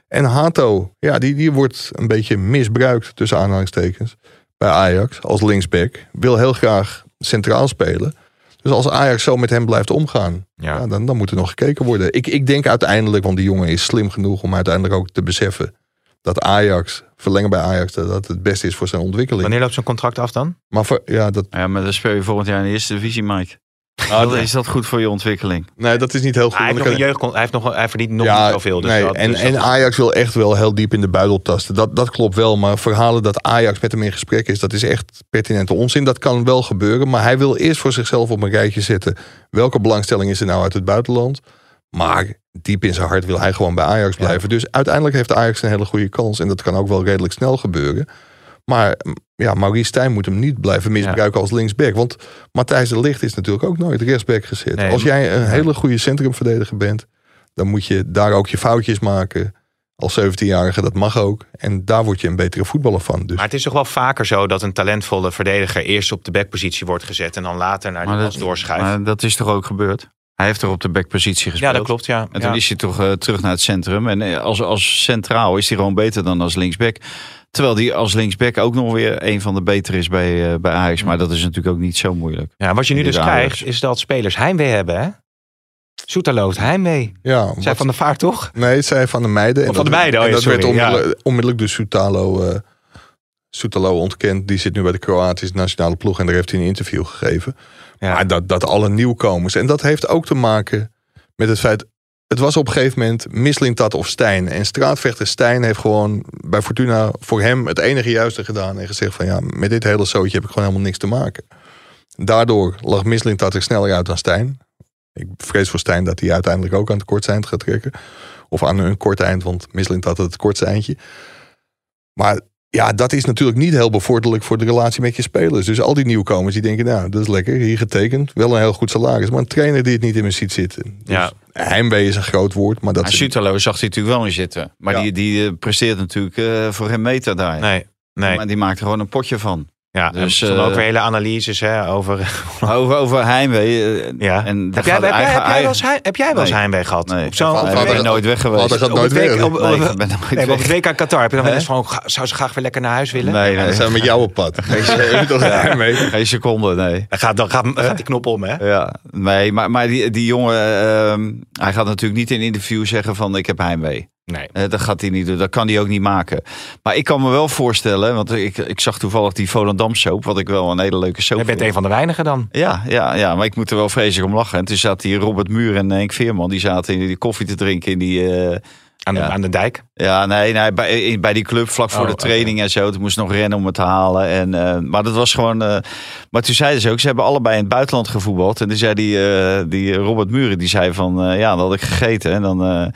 D: En Hato, ja, die, die wordt een beetje misbruikt tussen aanhalingstekens bij Ajax als linksback. Wil heel graag centraal spelen. Dus als Ajax zo met hem blijft omgaan,
C: Ja.
D: ja, dan, dan moet er nog gekeken worden. Ik, ik denk uiteindelijk, want die jongen is slim genoeg om uiteindelijk ook te beseffen dat Ajax, verlengen bij Ajax, dat, dat het beste is voor zijn ontwikkeling.
C: Wanneer loopt zo'n contract af dan?
D: Maar voor, ja, dat,
E: ja, maar dan speel je volgend jaar in de eerste divisie, Mike.
C: Oh,
E: Dat- Is dat goed voor je ontwikkeling?
D: nee, dat is niet heel goed.
C: Hij
D: want
C: heeft
D: dan
C: nog
D: kan-
C: een jeugdcon- hij, heeft nog, hij verdient nog niet zoveel. Dus
D: nee,
C: dat-
D: en,
C: dus
D: en
C: dat-
D: Ajax wil echt wel heel diep in de buidel tasten. Dat, dat klopt wel, maar verhalen dat Ajax met hem in gesprek is, dat is echt pertinente onzin. Dat kan wel gebeuren, maar hij wil eerst voor zichzelf op een rijtje zetten. Welke belangstelling is er nou uit het buitenland? Maar diep in zijn hart wil hij gewoon bij Ajax blijven. Dus uiteindelijk heeft Ajax een hele goede kans en dat kan ook wel redelijk snel gebeuren. Maar mm, ja, Maurice Stijn moet hem niet blijven misbruiken als linksback. Want Matthijs de Ligt is natuurlijk ook nooit rechtsback gezet.
C: Nee,
D: als
C: maar-
D: jij een hele goede centrumverdediger bent, dan moet je daar ook je foutjes maken. Als 17-jarige, dat mag ook. En daar word je een betere voetballer van. Dus
C: Maar het is toch wel vaker zo dat een talentvolle verdediger eerst op de backpositie wordt gezet en dan later naar de
E: Maar
C: pas
E: dat,
C: doorschuift.
E: maar dat is toch ook gebeurd? Hij heeft toch op de backpositie
C: ja,
E: gespeeld?
C: dat klopt. Ja.
E: En toen
C: Ja.
E: is hij toch eh, terug naar het centrum. En eh, als, als centraal is hij gewoon beter dan als linksback. Terwijl die als linksback ook nog weer een van de betere is bij, eh, bij Ajax. Maar dat is natuurlijk ook niet zo moeilijk.
C: Ja, wat je nu dus
E: Inderdaad.
C: krijgt, is dat spelers heimwee hebben, hè? Soetalo heeft heimwee.
D: ja,
C: Zij
D: wat-
C: van de vaart, toch?
D: nee, het zei van de meiden.
C: Van de meiden, oh
D: en
C: ja,
D: dat werd
C: sorry, ja.
D: onmiddellijk, onmiddellijk dus Soetalo, eh Soetalo ontkend. Die zit nu bij de Kroatische nationale ploeg en daar heeft hij een interview gegeven.
C: Ja.
D: Maar dat, dat alle nieuwkomers. En dat heeft ook te maken met het feit. Het was op een gegeven moment Mislintat of Stijn. En straatvechter Stijn heeft gewoon bij Fortuna voor hem het enige juiste gedaan. En gezegd van ja, met dit hele zootje heb ik gewoon helemaal niks te maken. Daardoor lag Mislintat er sneller uit dan Stijn. Ik vrees voor Stijn dat hij uiteindelijk ook aan het kortste eind gaat trekken. Of aan een kort eind, want Mislintat had het kortste eindje. Maar ja, dat is natuurlijk niet heel bevorderlijk voor de relatie met je spelers. Dus al die nieuwkomers die denken, nou, dat is lekker, hier getekend. Wel een heel goed salaris, maar een trainer die het niet in me ziet zitten. Dus
C: Ja.
D: heimwee is een groot woord, maar dat
E: Maar
D: is...
E: Sutalo zag hij natuurlijk wel in zitten. Maar
D: Ja.
E: die, die eh, presteert natuurlijk eh, voor geen meter daar.
C: Nee. Nee,
E: Maar die maakt er gewoon een potje van.
C: ja,
E: dus,
C: dus, er stonden
E: eh,
C: ook weer hele analyses hè, over...
E: Over, over heimwee. eh,
C: Ja.
E: En
C: heb,
E: daar
C: jij,
E: gaat
C: heb, jij,
E: eigen-
C: heb, jij wel eens, heim- heb jij wel eens
E: Nee.
C: heimwee gehad?
E: Nee.
C: Op zo'n... Oh,
D: Vader-
C: op
E: Hij
C: een-
E: ben nooit weg
D: Vader
E: geweest.
D: gaat
C: op
D: nooit
C: het WK
D: werken.
C: op-
E: Nee,
C: op-
E: ik ben er nooit
C: nee, maar op
E: weg.
C: het WK Qatar heb je dan wel
E: Nee.
C: eens van... "Ga- Zou ze graag weer lekker naar huis willen?
E: Nee,
D: Ja,
E: nee.
D: dat zijn we met jou op pad. Dat is heimwee.
E: Geen seconde, nee.
C: Dan gaat, dan gaat, dan gaat die knop om, hè?
E: Ja, nee, maar, maar die, die jongen, ehm, hij gaat natuurlijk niet in interview zeggen van ik heb heimwee.
C: Nee.
E: Eh, dat gaat hij niet doen, dat kan hij ook niet maken. Maar ik kan me wel voorstellen, want ik, ik zag toevallig die Volendam soap, wat ik wel een hele leuke soap
C: Jij bent
E: vond.
C: een van de weinigen dan.
E: Ja, ja, ja, maar ik moet er wel vreselijk om lachen. En toen zaten hier Robert Muur en Henk Veerman, die zaten in die koffie te drinken in die... eh,
C: Aan de,
E: Ja.
C: aan de dijk.
E: ja, nee, nee bij, eh, in- bij die club vlak voor
C: Oh,
E: de training en zo. Toen moest nog rennen om het te halen. En, eh, maar dat was gewoon... eh, maar toen zeiden ze ook, ze hebben allebei in het buitenland gevoetbald. En toen zei die, eh, die Robert Muren, die zei van... eh, ja, dat had ik gegeten. En dan... eh,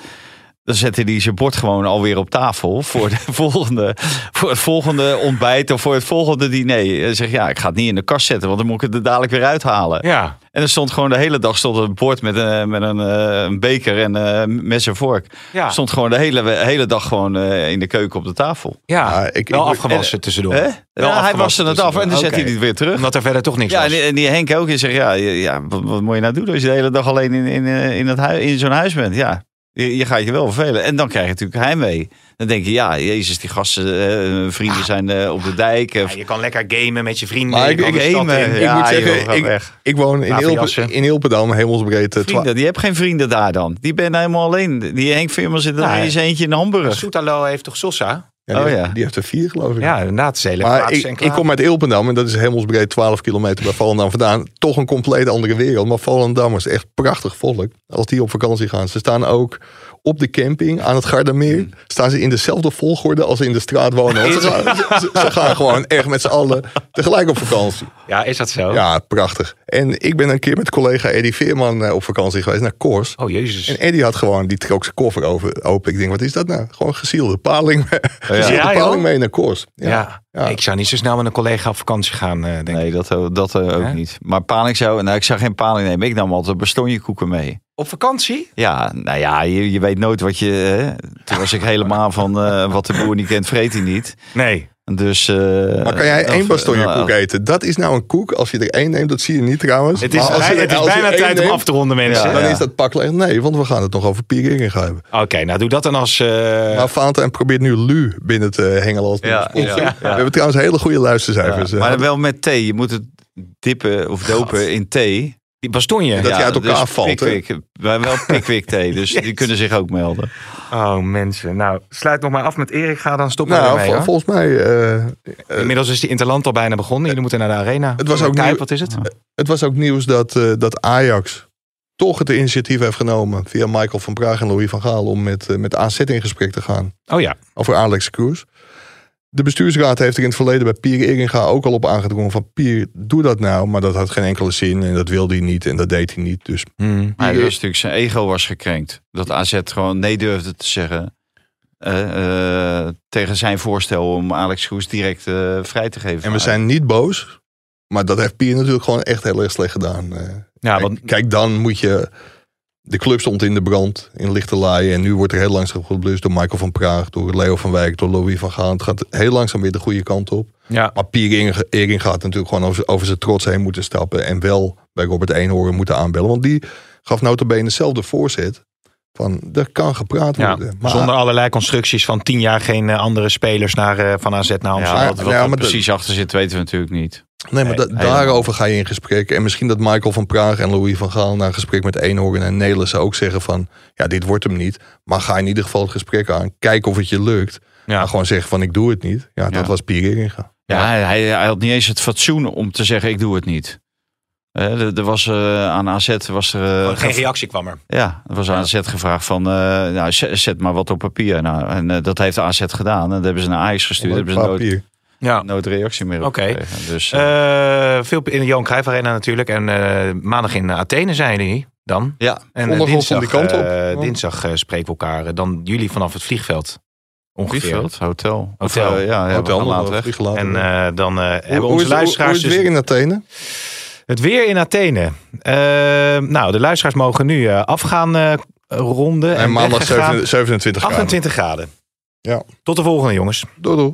E: Dan zette hij zijn bord gewoon alweer op tafel voor, de volgende, voor het volgende ontbijt of voor het volgende diner. Hij zegt, ja, ik ga het niet in de kast zetten, want dan moet ik het er dadelijk weer uithalen.
C: Ja.
E: En er stond gewoon de hele dag stond een bord met een, met een, eh, een beker en eh mes en vork.
C: Ja.
E: Stond gewoon de hele, hele dag gewoon eh, in de keuken op de tafel.
C: Ja,
D: Ja, ik- eh,
C: wel
D: ik-
C: afgewassen tussendoor.
E: Hè?
C: Wel
E: Ja, hij
C: afgewassen
E: was er het af en dan
C: tussendoor.
E: zet hij
C: Oké.
E: het weer terug.
C: Omdat er verder toch niks
E: Ja, en
C: was.
E: die,
D: eh,
E: en die Henk ook. Die zegt, ja, ja, ja wat, wat moet je nou doen als je de hele dag alleen in, in, eh, in, het hui- in zo'n huis bent? Ja, je, je gaat je wel vervelen. En dan krijg je natuurlijk heimwee. Dan denk je, ja, jezus, die gasten, eh, hun vrienden zijn eh, op de dijk. eh,
C: Ah. Ja, je kan lekker gamen met je vrienden.
D: Maar
C: je
D: ik-
C: kan
D: ik-
C: de stad
E: gamen,
C: in.
E: ja.
D: ik moet
E: joh,
D: zeggen,
E: ga
D: ik,
E: weg.
D: ik woon in, Hilpe,
C: Ravenjassen.
D: in Hilpendam, hemelsbreed. eh, twa-
E: Vrienden, die heb geen vrienden daar dan. Die ben helemaal alleen. Die Henk Veerman zit dan
C: Nee.
E: in zijn eentje in Hamburg.
C: Soetalo heeft toch Sosa?
D: ja, die,
E: oh
D: heeft-
E: ja.
D: die heeft er vier, geloof ik.
C: Ja, inderdaad. Zelen,
D: Maar ik, ik kom uit Ilpendam en dat is hemelsbreed 12 kilometer bij Volendam vandaan. Toch een compleet andere wereld. Maar Volendam is echt prachtig volk. Als die op vakantie gaan. Ze staan ook op de camping aan het
C: Hmm.
D: Gardameer. Staan ze in dezelfde volgorde als ze in de straat wonen. Want ze, gaan, ze- ze gaan gewoon echt met z'n allen tegelijk op vakantie.
C: Ja, is dat zo?
D: Ja, prachtig. En ik ben een keer met collega Eddie Veerman eh, op vakantie geweest naar Kors.
C: Oh, jezus.
D: En Eddie had gewoon, die trok zijn koffer over, open. Ik denk, wat is dat nou? Gewoon gezielde paling, gezielde
C: Ja, joh.
D: paling mee naar Kors.
C: Ja. Ik zou niet zo snel met een collega op vakantie gaan, eh, denk ik.
E: Nee, dat, dat eh, ook
C: Hè?
E: niet. Maar paling zou... Nou, ik zou geen paling nemen. Ik nam altijd bestonjekoeken mee.
C: Op vakantie?
E: Ja, nou ja, je, je weet nooit wat je... Hè? Toen was ik helemaal van eh, wat de boer niet kent, vreet hij niet.
C: Nee.
E: Dus, eh,
D: Maar kan jij
E: of-
D: één bastonjekoek
E: nou,
D: eten? Dat is nou een koek. Als je er één neemt, dat zie je niet trouwens.
C: Het is,
D: Maar als je
C: bijna-
D: er-
C: het is
D: als je
C: bijna
D: één
C: tijd om
D: neemt,
C: af te ronden, mensen.
E: Ja.
D: Dan is dat pak leeg. Nee, want we gaan het nog over pieringen gaan hebben.
C: Oké, nou doe dat dan als... eh,
D: Maar Fanta probeert nu Lu binnen te hengelen als
E: Ja,
D: sponsor.
E: ja, ja.
D: We hebben trouwens hele goede luistercijfers.
E: ja,
D: eh.
E: maar wel met thee. Je moet het dippen of dopen in thee. dus
C: Die bastonje.
D: Dat je uit elkaar valt, hè?
E: Pickwick, maar wel Pickwick thee. Dus die kunnen zich ook melden.
C: Oh, mensen. Nou, sluit nog maar af met Erik. Ga dan stoppen
D: nou,
C: ermee,
D: vol-
C: hoor.
D: volgens mij, eh,
C: Inmiddels is die Interland al bijna begonnen. Jullie moeten naar de arena.
D: Het was ook
C: Kuip,
D: nieuw-
C: wat is het?
D: het was ook nieuws dat, eh, dat Ajax toch het initiatief heeft genomen via Michael van Praag en Louis van Gaal om met, eh, met AZ in gesprek te gaan.
C: Oh ja.
D: over Alex Kroes. De bestuursraad heeft er in het verleden bij Pier Eringa ook al op aangedrongen van Pier, doe dat nou. Maar dat had geen enkele zin en dat wilde hij niet en dat deed hij niet. Dus
E: Hij was natuurlijk zijn ego was gekrenkt. Dat AZ gewoon nee durfde te zeggen. eh, eh, tegen zijn voorstel om Alex Goes direct eh, vrij te geven.
D: en we zijn niet boos, maar dat heeft Pier natuurlijk gewoon echt heel erg slecht gedaan. Eh,
C: Ja,
D: kijk,
C: want
D: kijk, dan moet je, de club stond in de brand, in lichte laaien. En nu wordt er heel langzaam geblust door Michael van Praag, door Leo van Wijk, door Louis van Gaal. Het gaat heel langzaam weer de goede kant op.
C: ja.
D: Maar Pier Ering- Ering gaat natuurlijk gewoon over, over zijn trots heen moeten stappen. En wel bij Robert Eenhoorn moeten aanbellen. Want die gaf notabene zelf de voorzet. Van, er kan gepraat
C: Ja,
D: worden. Maar,
C: zonder allerlei constructies van tien jaar geen eh, andere spelers naar, eh, van AZ naar Amsterdam.
E: ja,
D: maar-
E: wat, wat
D: ja,
E: er
D: maar dat-
E: precies achter zit weten we natuurlijk niet.
D: nee, maar da-
E: Nee, helemaal.
D: daarover ga je in gesprek. En misschien dat Michael van Praag en Louis van Gaal... na een gesprek met Eenhoorn en Nelissen ook zeggen van... ja, dit wordt hem niet. Maar ga in ieder geval het gesprek aan. Kijk of het je lukt.
C: Ja.
D: Maar gewoon zeggen van, ik doe het niet. Ja, dat
E: Ja.
D: was Pier Eringa.
E: Ja, hij- hij, hij had niet eens het fatsoen om te zeggen ik doe het niet. Eh, er, er was eh, aan AZ was er
C: Geen
E: eh, gev-
C: reactie kwam er.
E: ja, er was aan AZ gevraagd van eh, nou, z- zet maar wat op papier. Nou, en eh, dat heeft AZ gedaan. En dat hebben ze naar Ajax gestuurd. Daar hebben ze nooit,
D: Papier.
C: Ja.
E: nooit reactie meer op
C: Oké.
E: gekregen. Dus, eh,
C: Eh, veel in de Johan Cruijff Arena natuurlijk. En eh, maandag in Athene zijn jullie dan.
E: ja.
C: En eh,
D: Zondag
C: dinsdag,
D: lossen die kant op.
C: eh,
D: Ja.
C: dinsdag eh, spreken we elkaar. eh, Dan jullie vanaf het vliegveld. Ongeveer.
E: Vliegveld, hotel.
C: Hotel.
E: Of, eh, ja, ja,
D: Hotel,
E: we gaan later
D: nog
E: weg.
D: vliegen later.
C: En eh, dan eh,
D: Hoe-
C: hebben
D: hoe is-
C: onze
D: hoe-
C: luisteraars...
D: Hoe is het
C: dus-
D: weer in Athene?
C: Het weer in Athene. Eh, nou, de luisteraars mogen nu eh, afgaan eh, ronden. En,
D: En maandag
C: weggegaan.
D: 27 27 graden.
C: 28 graden.
D: Ja.
C: Tot de volgende, jongens.
D: Doei doei.